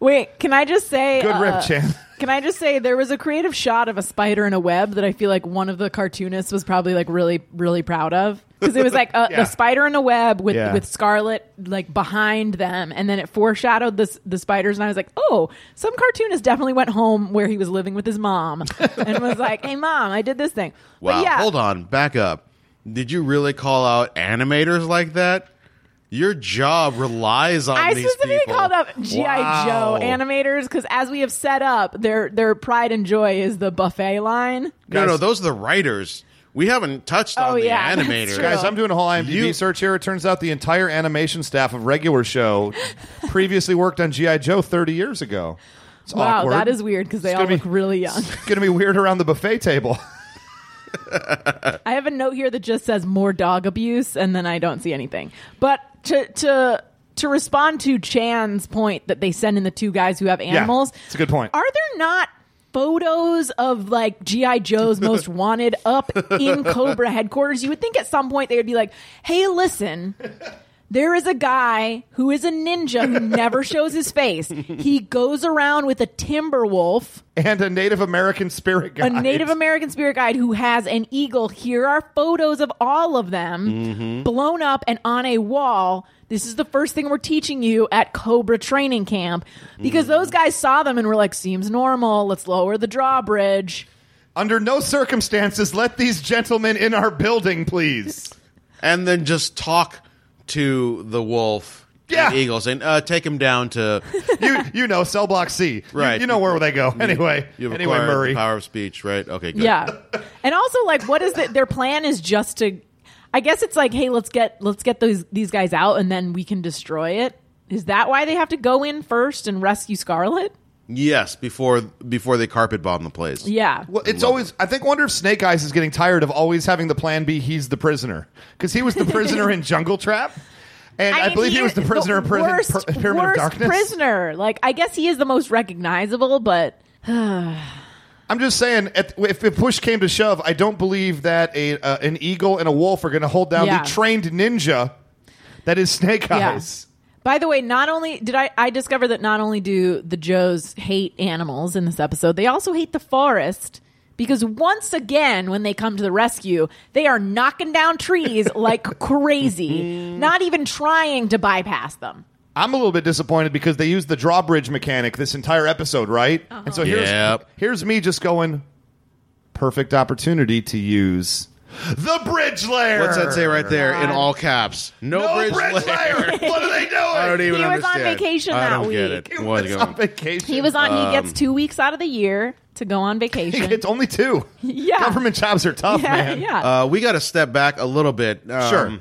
wait. Can I just say? Good uh, rip, Chan. Can I just say there was a creative shot of a spider in a web that I feel like one of the cartoonists was probably like really really proud of because it was like a, Yeah. a spider in a web with Yeah. with Scarlet like behind them and then it foreshadowed this the spiders and I was like oh some cartoonist definitely went home where he was living with his mom and was like hey mom I did this thing Wow. but yeah Hold on. Back up. Did you really call out animators like that? Your job relies on I these specifically people. called up GI Wow. Joe animators because, as we have set up, their their pride and joy is the buffet line. No, Guys- no, those are the writers. We haven't touched Oh, on the yeah, that's animators. true. Guys, I'm doing a whole IMDb You- search here. It turns out the entire animation staff of Regular Show previously worked on GI Joe 30 years ago. It's Wow, awkward. that is weird because they It's all gonna be- look really young. going to be weird around the buffet table. I have a note here that just says more dog abuse, and then I don't see anything. But to to to respond to Chan's point that they send in the two guys who have animals, it's a good point. Are there not? Photos of like GI Joe's most wanted up in Cobra headquarters. You would think at some point they would be like, "Hey, listen, There is a guy who is a ninja who never shows his face. He goes around with a timber wolf, and a Native American spirit a guide. Native American spirit guide who has an eagle. Here are photos of all of them blown up and on a wall. This is the first thing we're teaching you at Cobra training camp because those guys saw them and were like, seems normal. Let's lower the drawbridge. Under no circumstances let these gentlemen in our building, please. and then just talk to the wolf Yeah. and eagles and uh, take him down to you you know cell block C. You- Right. You, know where they go. Anyway. you've anyway, acquired the Murray. power of speech, right? Okay, good. Yeah. And also like what is the, their plan is just to I guess it's like, hey, let's get let's get those these guys out and then we can destroy it. Is that why they have to go in first and rescue Scarlet? Yes, before before they carpet bomb the place. Yeah. Well, it's always. I think. Wonder if Snake Eyes is getting tired of always having the plan be he's the prisoner because he was the prisoner in Jungle Trap. And I, mean, believe he, was the is prisoner in prison, worst- Pir- Pyramid worst of Darkness. prisoner. Like, I guess he is the most recognizable, but I'm just saying, at, if, if push came to shove, I don't believe that a uh, an eagle and a wolf are going to hold down Yeah. the trained ninja that is Snake Yeah. Eyes. By the way, not only did I I discover that not only do the Joes hate animals in this episode, they also hate the forest because once again when they come to the rescue, they are knocking down trees like crazy, not even trying to bypass them. I'm a little bit disappointed because they used the drawbridge mechanic this entire episode, right? And so here's Yep. here's me just going perfect opportunity to use the bridge layer. What's that say right there in God. all caps? No, No bridge, layer. layer. what are they doing? I don't even He was on understand. vacation I that don't week. Get it. He What was is on going- vacation. He was on he gets 2 weeks out of the year to go on vacation. Um, It's only two. Yeah. Government jobs are tough, yeah, man. yeah. Uh, we got to step back a little bit. um, Sure.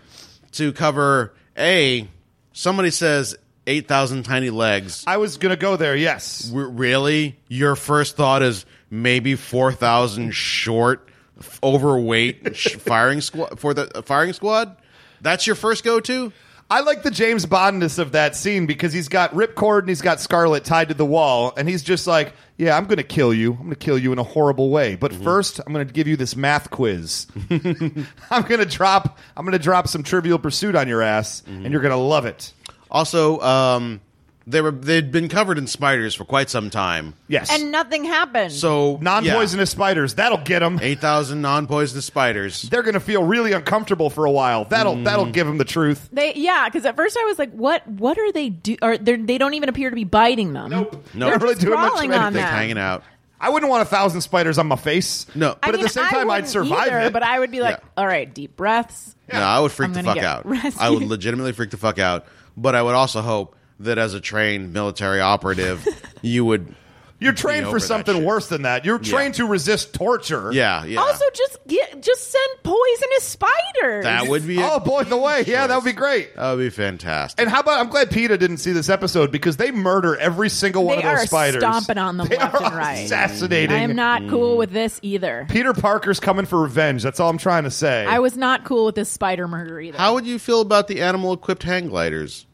To cover a, somebody says eight thousand tiny legs. I was gonna go there. Yes. W- really, your first thought is maybe four thousand short, f- overweight sh- firing squad for the uh, firing squad. That's your first go to. I like the James Bondness of that scene because he's got Ripcord and he's got Scarlet tied to the wall, and he's just like, "Yeah, I'm going to kill you. I'm going to kill you in a horrible way. But Mm-hmm. first, I'm going to give you this math quiz. I'm going to drop. I'm going to drop some Trivial Pursuit on your ass, Mm-hmm. and you're going to love it. Also, um, they were they'd been covered in spiders for quite some time. Yes, and nothing happened. So non-poisonous spiders. That'll get them. eight thousand non-poisonous spiders. They're going to feel really uncomfortable for a while. That'll Mm. that'll give them the truth. They yeah, because at first I was like, what What are they do? Or they're- they don't even appear to be biting them. Nope, Nope. They're Not really just doing much of crawling anything. on They're them. hanging out. I wouldn't want a thousand spiders on my face. No. but I at mean, the same time, I I'd wouldn't survive either, it. But I would be like, Yeah. all right, deep breaths. No, I would freak I'm the gonna fuck get out. rescued. I would legitimately freak the fuck out. But I would also hope that as a trained military operative, you would. You're trained Be for over that something shit. worse than that. You're trained to resist torture. Yeah, yeah. Also, just get just send poisonous spiders. that would be. Oh, Oh, boy, the way. Yeah, that would be great. that would be fantastic. And how about I'm glad PETA didn't see this episode because they murder every single one They of those are spiders. stomping on them They left are and right. Assassinating. I am not Mm. cool with this either. Peter Parker's coming for revenge. That's all I'm trying to say. I was not cool with this spider murder either. How would you feel about the animal-equipped hang gliders?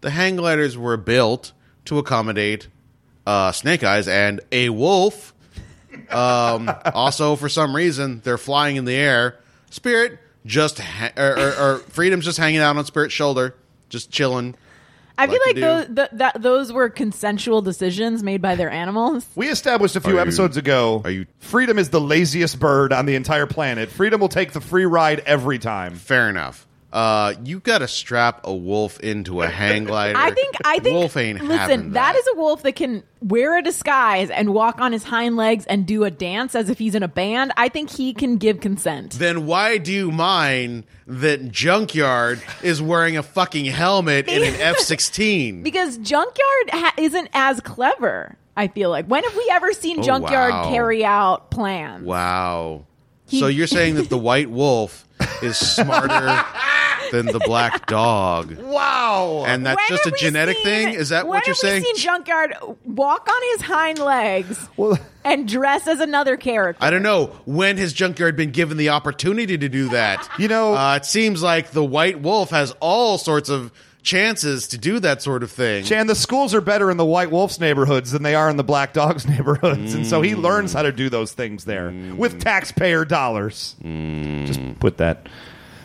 The hang gliders were built to accommodate uh, snake eyes and a wolf. Um, also, for some reason, they're flying in the air. Spirit just ha- or, or, or freedom's just hanging out on Spirit's shoulder, just chilling. I feel like like to those do? th- that those were consensual decisions made by their animals. we established a few Are you- episodes ago. are you- Freedom is the laziest bird on the entire planet. Freedom will take the free ride every time. Fair enough. Uh, you got to strap a wolf into a hang glider. I think I think wolf ain't having listen, that is a wolf that can wear a disguise and walk on his hind legs and do a dance as if he's in a band. I think he can give consent. Then why do you mind that Junkyard is wearing a fucking helmet in an F sixteen? Because Junkyard ha- isn't as clever, I feel like. When have we ever seen Oh, Junkyard wow. carry out plans? Wow. so you're saying that the white wolf is smarter than the black dog, Wow. and that's When just a have we genetic seen- thing? Is that when what you're have saying? we seen Junkyard walk on his hind legs and dress as another character? I don't know when has Junkyard been given the opportunity to do that. You know- uh, it seems like the White Wolf has all sorts of chances to do that sort of thing. Chan, the schools are better in the White Wolf's neighborhoods than they are in the Black Dog's neighborhoods. And so he Mm. learns how to do those things there with taxpayer dollars. Mm. Just put that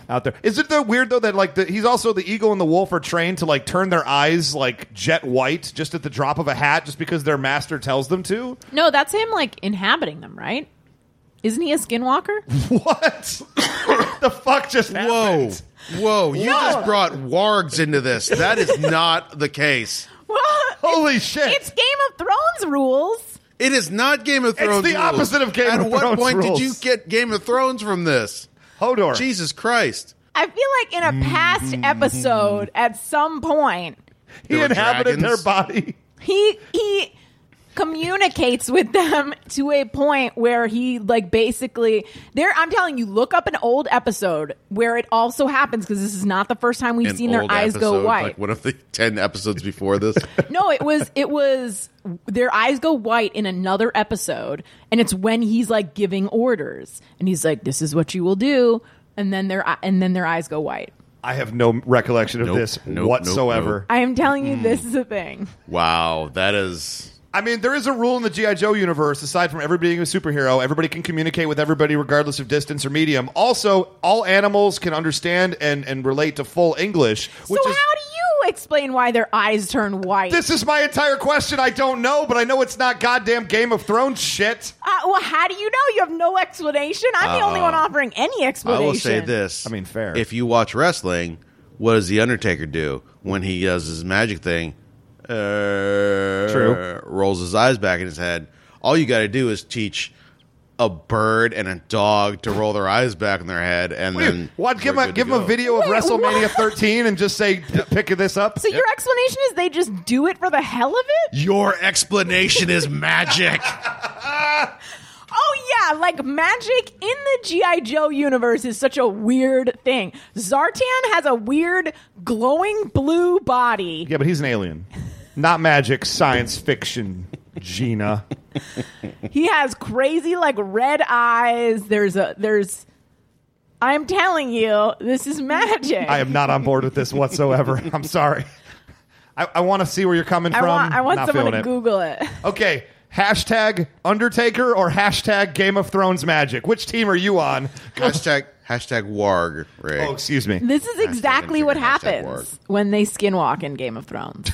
out there. Is it the weird though that like the, he's also the eagle and the wolf are trained to like turn their eyes like jet white just at the drop of a hat just because their master tells them to? No, that's him like inhabiting them, right? Isn't he a skinwalker? What? the fuck just Whoa, happened? whoa! You just brought wargs into this. That is not the case. well, Oh, Holy shit. it's Game of Thrones rules. It is not Game of Thrones. the rules. opposite of Game At of what Thrones point rules. did you get Game of Thrones from this? Hodor. Jesus Christ! I feel like in a past Mm-hmm. episode, at some point, he were inhabited their dragons. body. he he communicates with them to a point where he like basically there i'm telling you look up an old episode where it also happens because this is not the first time we've An seen their old eyes go episode, white Like one of the ten episodes before this. no it was it was their eyes go white in another episode and it's when he's like giving orders and he's like this is what you will do and then their and then their eyes go white I have no recollection of Nope, this nope, nope, whatsoever. nope. I am telling you, this is a thing. Wow, that is I mean, there is a rule in the GI Joe universe. Aside from everybody being a superhero, everybody can communicate with everybody regardless of distance or medium. Also, all animals can understand and and relate to full English. Which so is how do you explain why their eyes turn white? this is my entire question. I don't know, but I know it's not goddamn Game of Thrones shit. uh, well, how do you know? You have no explanation. I'm the only one offering any I explanation. will say this. I mean, fair. If you watch wrestling, what does the Undertaker do when he does his magic thing? Uh, True. Rolls his eyes back in his head. All you got to do is teach a bird and a dog to roll their eyes back in their head, and then What? Give we're him a, good give to him a go. video of Wait, WrestleMania what? 13 and just say, pick this up. So your explanation is they just do it for the hell of it? Your explanation is magic. Oh yeah, like magic in the GI Joe universe is such a weird thing. Zartan has a weird glowing blue body. Yeah, but he's an alien. Not magic, science fiction, Gina. He has crazy like red eyes. There's a there's I'm telling you, this is magic. I am not on board with this whatsoever. I'm sorry. I, I want to see where you're coming I from. want I want Not someone to feeling it. Google it. Okay, hashtag Undertaker or hashtag Game of Thrones magic. Which team are you on? hashtag hashtag warg. Ray. Oh, excuse me. This is exactly figure what hashtag work. happens when they skinwalk in Game of Thrones.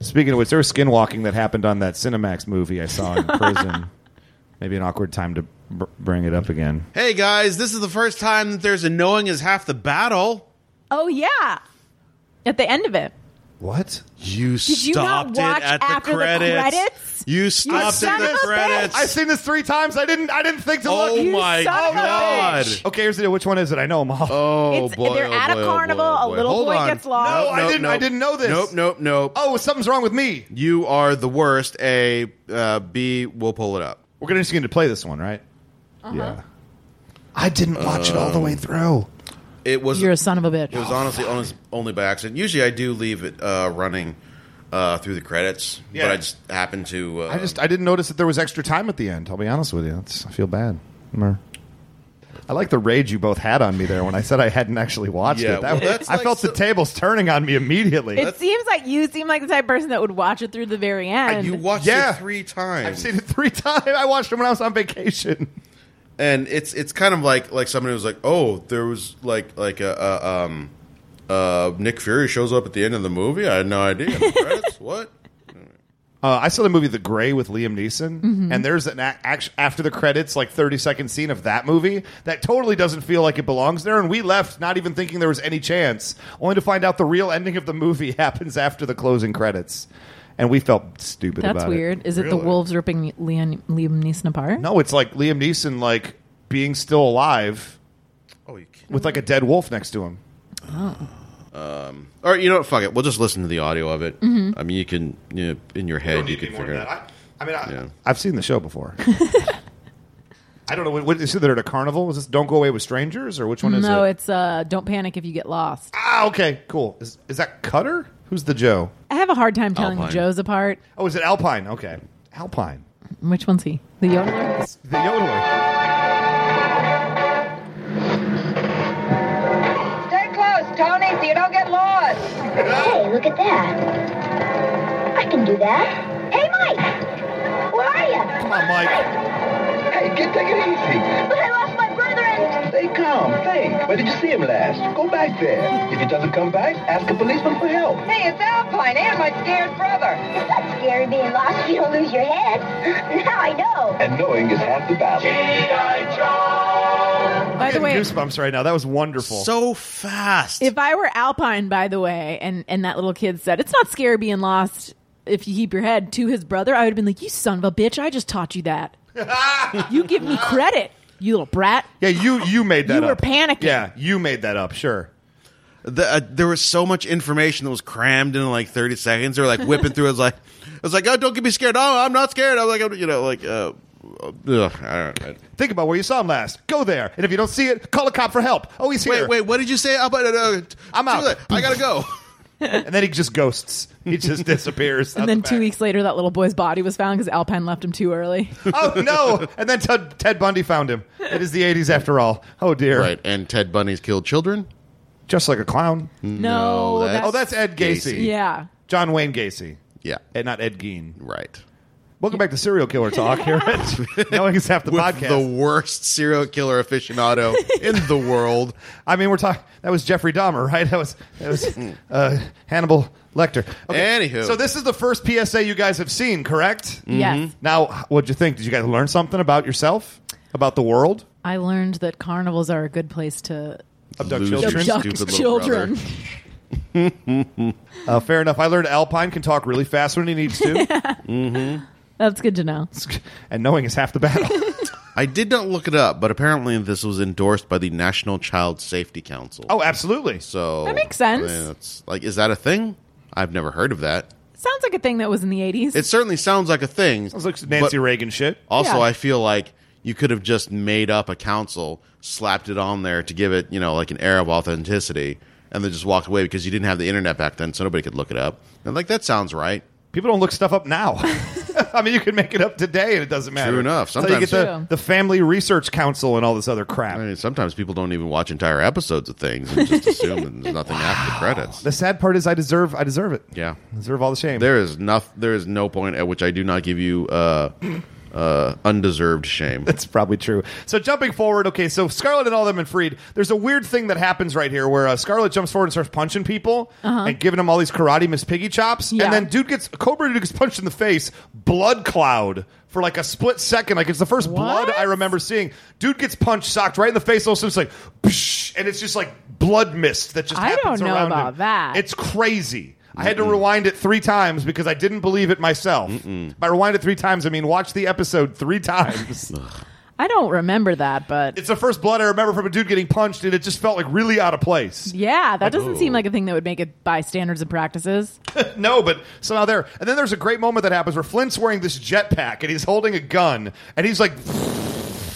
Speaking of which, there was skinwalking that happened on that Cinemax movie I saw in prison. Maybe an awkward time to br- bring it up again. hey guys, this is the first time that there's a knowing is half the battle. oh yeah. At the end of it. What? You Did you not stopped watch it at after the the credits. credits? You You stopped at son of the a credits. I've seen this three times. I didn't. I didn't think to Oh look. You my son of a god! bitch. Okay, here's the deal. Which one is it? I know them all. Oh It's- boy! they're oh, at a boy, oh, carnival, boy, oh, a boy. little Hold boy on. gets lost. No, I didn't- I didn't know this. Nope, nope, nope. oh, something's wrong with me. You are the worst. A uh, B. We'll pull it up. We're gonna just get to play this one, right? Yeah. Um, I didn't watch it all the way through. It was. You're a son of a bitch. it was honestly honest, only by accident. Usually, I do leave it uh, running uh, through the credits, Yeah. but I just happened to. Uh, I just I didn't notice that there was extra time at the end. I'll be honest with you. That's, I feel bad. Mer. I like the rage you both had on me there when I said I hadn't actually watched Yeah, it. well, was- that's I like felt so- the tables turning on me immediately. It seems like you seem like the type of person that would watch it through the very end. you watched Yeah. it three times. I've seen it three times. I watched it when I was on vacation. and it's it's kind of like like somebody was like, oh, there was like like a, a um, uh, Nick Fury shows up at the end of the movie. I had no idea. The credits? what? Uh, I saw the movie The Gray with Liam Neeson, Mm-hmm. and there's an a- act- after the credits, like 30 second scene of that movie that totally doesn't feel like it belongs there. And we left not even thinking there was any chance, only to find out the real ending of the movie happens after the closing credits. And we felt stupid That's about it. weird. Is it the wolves ripping Leon, Liam Neeson apart? No, it's like Liam Neeson, like being still alive Oh, you kidding? with like a dead wolf next to him. All right, you know what? Fuck it. We'll just listen to the audio of it. I mean, you can you know, in your head you can figure it out. I, mean, I, Yeah. I've seen the show before. I don't know. What, what is it? They're at a carnival. Is this "Don't Go Away with Strangers" or which one is it? No, it's uh, don't panic if you get lost. Ah, okay, cool. Is, is that Cutter? Who's the Joe? I have a hard time telling Alpine. Joe's apart. Oh, is it Alpine? Okay, Alpine, Which one's he? The yodeler? the yodeler. Stay close, Tony, so you don't get lost. Hey, look at that. I can do that. Hey, Mike, where are you? Come on, Mike. Hey, get, take it easy. But I lost my brother and Stay calm. Think. Where did you see him last? Go back there. If he doesn't come back, ask a policeman for help. hey, it's Alpine and my scared brother. It's not scary being lost if you don't lose your head. Now I know. And knowing is half the battle. By the Getting way, goosebumps right now. That was wonderful. So fast. if I were Alpine, by the way, and, and that little kid said, it's not scary being lost if you keep your head to his brother, I would have been like, you son of a bitch, I just taught you that. you give me credit, you little brat. yeah, you you made that. You were up. panicking. Yeah, you made that up. Sure. the, uh, there was so much information that was crammed in like 30 seconds. They were like whipping through. It was like, I was like, oh, don't get me scared. Oh, I'm not scared. I'm like, I'm, you know, like, uh, uh, ugh, I don't know. Think about where you saw him last. Go there, and if you don't see it, call a cop for help. Oh, he's Wait, here. wait, what did you say? I'm, uh, uh, I'm out. I gotta go. And then he just ghosts. He just disappears. out And then the two e- back. weeks later, that little boy's body was found because Alpine left him too early. Oh no! And then Ted, Ted Bundy found him. It is the '80s after all. Oh dear! Right, and Ted Bundy's killed children. Just like a clown. No, that's- that's, Oh, that's Ed Gacy. Mm. Gacy. yeah. John Wayne Gacy, Yeah, and not Ed Gein. right. Welcome back to Serial Killer Talk here at Knowing Is Half the With Podcast. the worst serial killer aficionado in the world. I mean, we're talking. That was Jeffrey Dahmer, right? That was that was uh, Hannibal Lecter. Anywho. Mm-hmm. so this is the first PSA you guys have seen, correct? Yes. Now, what'd you think? Did you guys learn something about yourself, about the world? I learned that carnivals are a good place to Abduct Lose children. your- abduct Stupid little children. brother. Uh, fair enough. I learned Alpine can talk really fast when he needs to, That's good to know. and knowing is half the battle. I did not look it up, but apparently this was endorsed by the National Child Safety Council. Oh, absolutely. so That makes sense. I mean, it's like, is that a thing? I've never heard of that. Sounds like a thing that was in the 80s. It certainly sounds like a thing. Sounds like Nancy but Reagan shit. Also, Yeah. I feel like you could have just made up a council, slapped it on there to give it, you know, like an air of authenticity, and then just walked away because you didn't have the internet back then, so nobody could look it up. And like that sounds right. People don't look stuff up now. I mean, you can make it up today, and it doesn't matter. True enough. That's how you get Sometimes- the, True. the Family Research Council and all this other crap. I mean, sometimes people don't even watch entire episodes of things and just assume that there's nothing after the credits. The sad part is, I deserve. I deserve it. Yeah. I deserve all the shame. There is no, there is no point at which I do not give you uh, uh, undeserved shame. That's probably true. So jumping forward, okay, so Scarlet and all them and Freed, there's a weird thing that happens right here where uh, Scarlet jumps forward and starts punching people and giving them all these karate Miss Piggy chops, Uh-huh. Yeah. and then dude gets Cobra dude gets punched in the face, blood cloud for like a split second, like it's the first blood What? I remember seeing. Dude gets punched, socked right in the face, all of a sudden it's like, psh, and it's just like blood mist that just I happens don't know around about him. that. It's crazy. I had to rewind it three times because I didn't believe it myself. By rewind it three times, I mean watch the episode three times. I don't remember that, but It's the first blood I remember from a dude getting punched, and it just felt like really out of place. yeah, that doesn't seem like a thing that would make it by standards and practices. no, but somehow there. And then there's a great moment that happens where Flint's wearing this jetpack and he's holding a gun, and he's like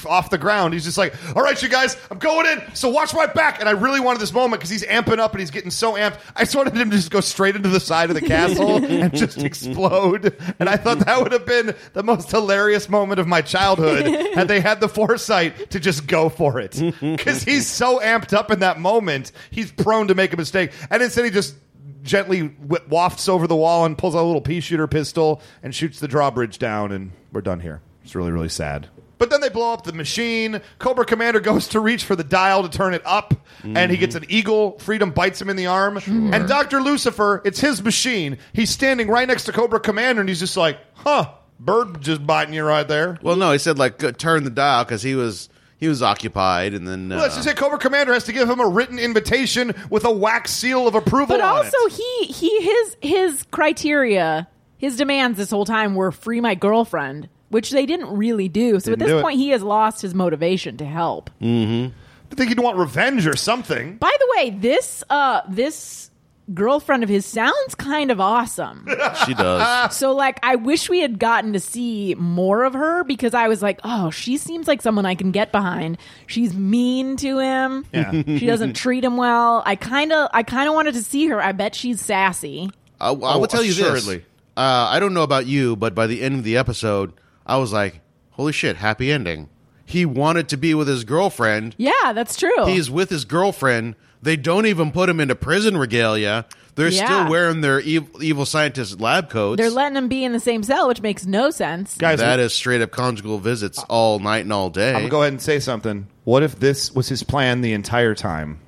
off the ground. He's just like, "All right, you guys, I'm going in, so watch my back." And I really wanted this moment because he's amping up and he's getting so amped. I just wanted him to just go straight into the side of the castle and just explode. And I thought that would have been the most hilarious moment of my childhood had they had the foresight to just go for it because he's so amped up in that moment, he's prone to make a mistake, and instead he just. Gently wh- wafts over the wall and pulls out a little pea shooter pistol and shoots the drawbridge down, and we're done here. It's really, really sad. But then they blow up the machine. Cobra Commander goes to reach for the dial to turn it up, and he gets an eagle. Freedom bites him in the arm. And Dr. Lucifer, it's his machine. He's standing right next to Cobra Commander, and he's just like, huh, bird just biting you right there. Well, no, he said like go- turn the dial because he was he was occupied, and then uh, Let's just say Cobra Commander has to give him a written invitation with a wax seal of approval But on also, it. he he his his criteria, his demands this whole time were free my girlfriend, which they didn't really do. So Didn't do at this it. Mm. point, he has lost his motivation to help. I think he'd want revenge or something. By the way, this uh this girlfriend of his sounds kind of awesome. uh, she does. so like I wish we had gotten to see more of her because I was like, "Oh, she seems like someone I can get behind. She's mean to him. Yeah. she doesn't treat him well. I kind of I kind of wanted to see her. I bet she's sassy." I, I Oh, will tell you assuredly. this. Uh, I don't know about you, but by the end of the episode, I was like, "Holy shit, happy ending!" He wanted to be with his girlfriend. Yeah, that's true. He's with his girlfriend. They don't even put him into prison regalia. They're Yeah. still wearing their evil, evil scientist lab coats. They're letting him be in the same cell, which makes no sense. Guys, that is straight up conjugal visits all night and all day. I'm gonna go ahead and say something. What if this was his plan the entire time?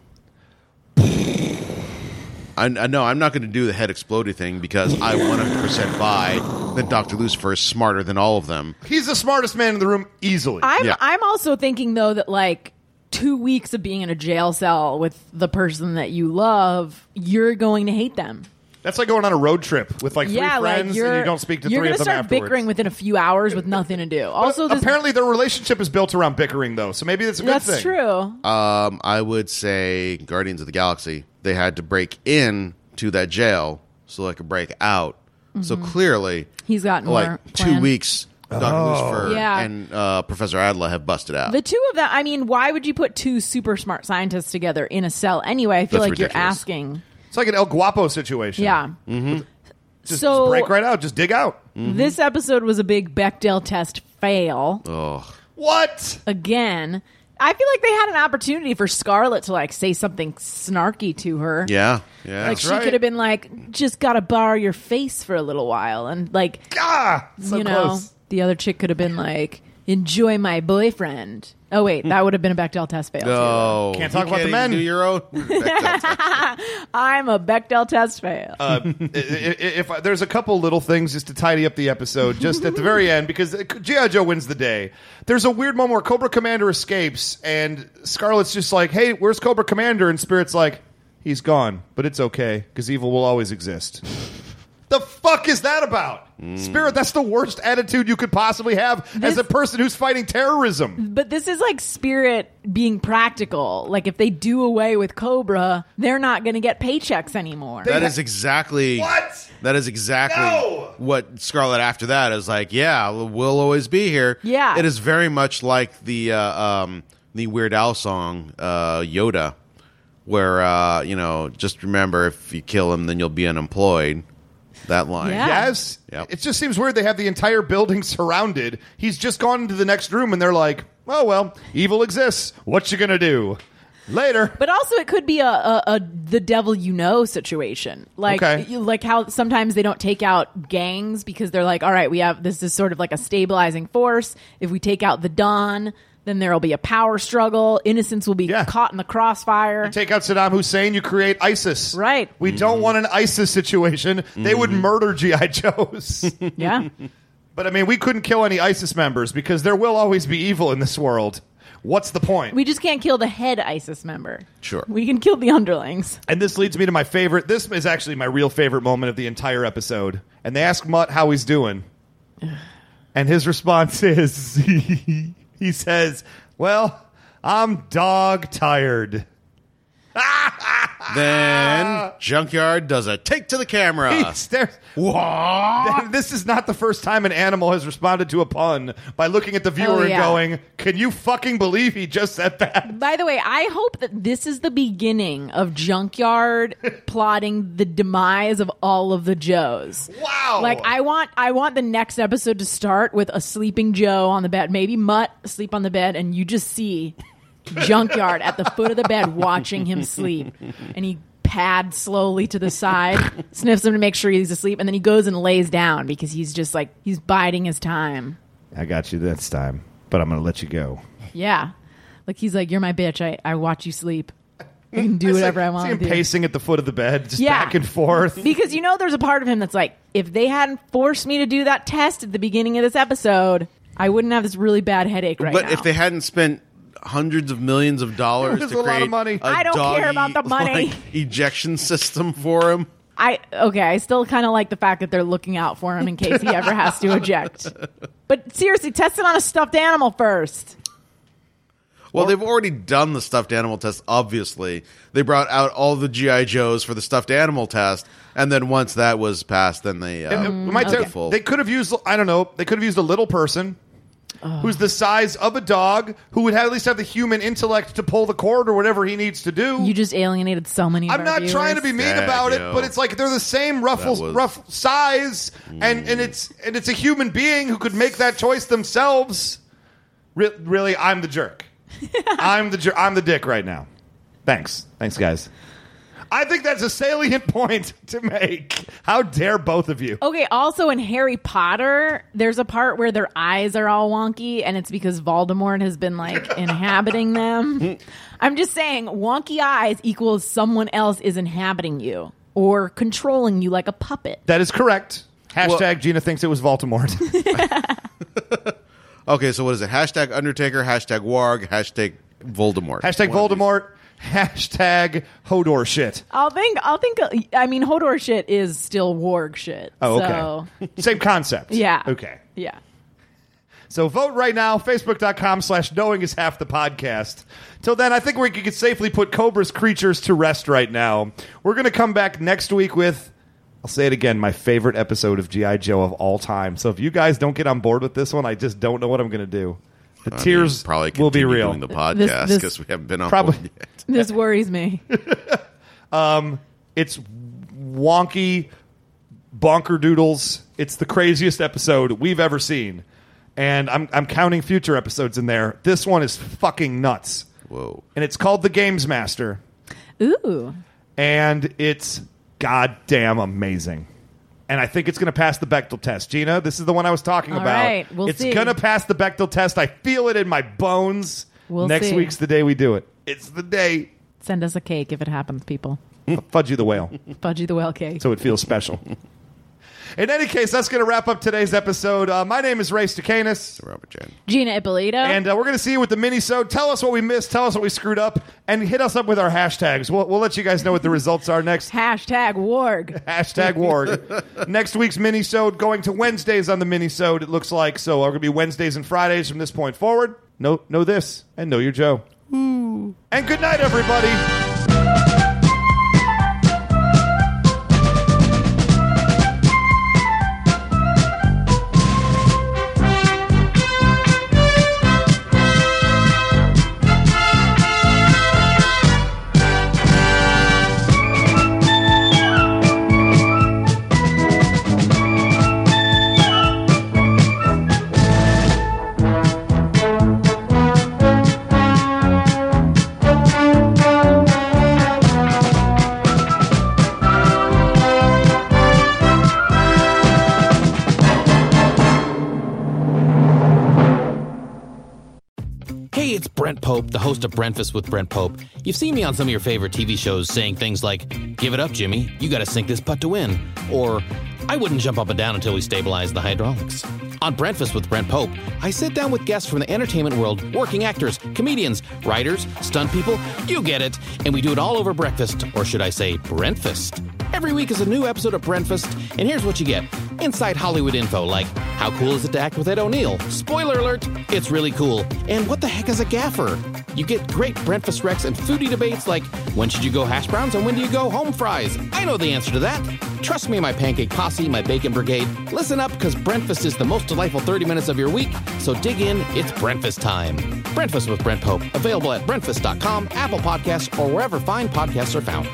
I, I know I'm not going to do the head explodey thing because I 100% buy that Dr. Lucifer is smarter than all of them. He's the smartest man in the room easily. I'm Yeah. I'm also thinking though that like two weeks of being in a jail cell with the person that you love, you're going to hate them. That's like going on a road trip with like yeah, three friends like you're and you don't speak to you're three of gonna them start afterwards. bickering within a few hours with nothing to do. Also, this, Apparently, their relationship is built around bickering, though, so maybe that's a good that's thing. true. Um, I would say Guardians of the Galaxy, they had to break in to that jail so they could break out. So clearly, Mm-hmm. He's got more like two planned. weeks, Dr. Oh. Lucifer Yeah. and uh, Professor Adla have busted out. The two of them. I mean, why would you put two super smart scientists together in a cell anyway? I feel like That's ridiculous. you're asking. It's like an El Guapo situation. Yeah. Just So- break right out. Just dig out. This episode was a big Bechdel test fail What? again. I feel like they had an opportunity for Scarlett to like say something snarky to her. Yeah, yeah. Like she right. could have been like, just gotta borrow your face for a little while, and like Ah, so you know, close. the other chick could have been like, enjoy my boyfriend. Oh wait, that would have been a Bechdel test fail. too. no, Can't talk You about the even men. Do your own. I'm a Bechdel test fail. Uh. I- I- if I, there's a couple little things just to tidy up the episode, just at the very end, because GI Joe wins the day. There's a weird moment where Cobra Commander escapes, and Scarlet's just like, "Hey, where's Cobra Commander?" And Spirit's like, "He's gone, but it's okay because evil will always exist." the fuck is that about? Spirit, that's the worst attitude you could possibly have as This- a person who's fighting terrorism. but this is like spirit being practical. Like if they do away with Cobra, they're not going to get paychecks anymore. That is exactly What? That is exactly No! what Scarlet after that is like. Yeah, we'll always be here. Yeah. it is very much like the uh, um, the Weird Al song uh, Yoda, where uh, you know just remember if you kill him, then you'll be unemployed. That line. Yeah. Yes. Yep. It just seems weird they have the entire building surrounded. He's just gone into the next room and they're like, "Oh well, evil exists. What you gonna do?" Later. But also, it could be a, a, a the devil you know situation, like Okay. you, like how sometimes they don't take out gangs because they're like, all right, we have this is sort of like a stabilizing force. If we take out the Don, then there will be a power struggle. Innocents will be Yeah. caught in the crossfire. Take out Saddam Hussein, you create ISIS. Right. We don't want an ISIS situation. They would murder GI Joes. yeah, but I mean, we couldn't kill any ISIS members because there will always be evil in this world. What's the point? we just can't kill the head ISIS member. Sure. we can kill the underlings. And this leads me to my favorite. This is actually my real favorite moment of the entire episode. And they ask Mutt how he's doing. And his response is he says, Well, I'm dog tired. Then Junkyard does a take to the camera. He stares. This is not the first time an animal has responded to a pun by looking at the viewer Oh, yeah. and going, Can you fucking believe he just said that? By the way, I hope that this is the beginning of Junkyard plotting the demise of all of the Joes. Wow. Like I want I want the next episode to start with a sleeping Joe on the bed, maybe Mutt sleep on the bed and you just see Junkyard at the foot of the bed watching him sleep and he pads slowly to the side, sniffs him to make sure he's asleep and then he goes and lays down because he's just like he's biding his time. I got you this time, but I'm going to let you go. Yeah. Like he's like, You're my bitch. I, I watch you sleep. You can do whatever I See want him to do. pacing at the foot of the bed, just Yeah. back and forth. Because you know there's a part of him that's like, if they hadn't forced me to do that test at the beginning of this episode, I wouldn't have this really bad headache right but now. if they hadn't spent hundreds of millions of dollars It was to a lot of create money. a I don't care doggy, about the money. like, ejection system for him. I okay, I still kind of like the fact that they're looking out for him in case he ever has to eject. But seriously, test it on a stuffed animal first. Well, they've already done the stuffed animal test, obviously. They brought out all the G.I. Joes for the stuffed animal test, and then once that was passed, then they. Uh, And it might tell- full. they could have used I don't know they could have used a little person who's the size of a dog who would have, at least have the human intellect to pull the cord or whatever he needs to do. You just alienated so many. of I'm our not viewers. trying to be mean Yeah, about it, yo. but it's like they're the same rough That was- Mm. rough size, and and it's and it's a human being who could make that choice themselves. Re- really, I'm the jerk. I'm the jer- I'm the dick right now. Thanks, thanks, guys. I think that's a salient point to make. How dare both of you? Okay, also in Harry Potter, there's a part where their eyes are all wonky, and it's because Voldemort has been like inhabiting them. I'm just saying, wonky eyes equals someone else is inhabiting you or controlling you like a puppet. That is correct. Hashtag Well- Gina thinks it was Voldemort. okay, so what is it? Hashtag Undertaker, hashtag Warg, hashtag Voldemort. hashtag One of Voldemort. Hashtag Hodor shit. I'll think, I'll think, I mean, Hodor shit is still warg shit. Oh, okay. So, Same concept. yeah. Okay. Yeah. So vote right now, facebook.com slash knowing is half the podcast. Till then, I think we could safely put Cobra's creatures to rest right now. We're going to come back next week with, I'll say it again, my favorite episode of G.I. Joe of all time. So if you guys don't get on board with this one, I just don't know what I'm going to do. The these tears probably will be continue real. doing the podcast this- because we haven't been on Probably. one yet. This worries me. it's wonky bonker doodles. It's the craziest episode we've ever seen. And I'm, I'm counting future episodes in there. This one is fucking nuts. Whoa. And it's called The Games Master. Ooh. And it's goddamn amazing. And I think it's going to pass the Bechtel test. Gina, this is the one I was talking All about. right, we'll it's see. going to pass the Bechtel test. I feel it in my bones. We'll Next see. week's the day we do it. It's the day. Send us a cake if it happens, people. Fudgy the whale. Fudgy the whale cake. so it feels special. In any case, that's going to wrap up today's episode. Uh, my name is Ray Stacanis, Robert Jan. Gina Ippolito. and uh, we're going to see you with the mini-sode. Tell us what we missed, tell us what we screwed up, and hit us up with our hashtags. We'll, we'll let you guys know what the results are next. Hashtag warg. Hashtag Ward. Next week's mini-sode going to Wednesdays on the mini-sode, it looks like. So are going to be Wednesdays and Fridays from this point forward. Know, know this, and know your Joe. And good night, everybody. Hey, it's Brent Pope, the host of Breakfast with Brent Pope. You've seen me on some of your favorite TV shows saying things like, Give it up, Jimmy, you gotta sink this putt to win, or I wouldn't jump up and down until we stabilize the hydraulics. On Breakfast with Brent Pope, I sit down with guests from the entertainment world, working actors, comedians, writers, stunt people, you get it, and we do it all over breakfast, or should I say, Breakfast. Every week is a new episode of Breakfast, and here's what you get inside Hollywood info like how cool is it to act with Ed O'Neill? Spoiler alert, it's really cool. And what the heck is a gaffer? You get great breakfast recs and foodie debates like when should you go hash browns and when do you go home fries? I know the answer to that. Trust me, my pancake posse, my bacon brigade. Listen up, because breakfast is the most delightful 30 minutes of your week, so dig in, it's breakfast time. Breakfast with Brent Pope, available at breakfast.com, Apple Podcasts, or wherever fine podcasts are found.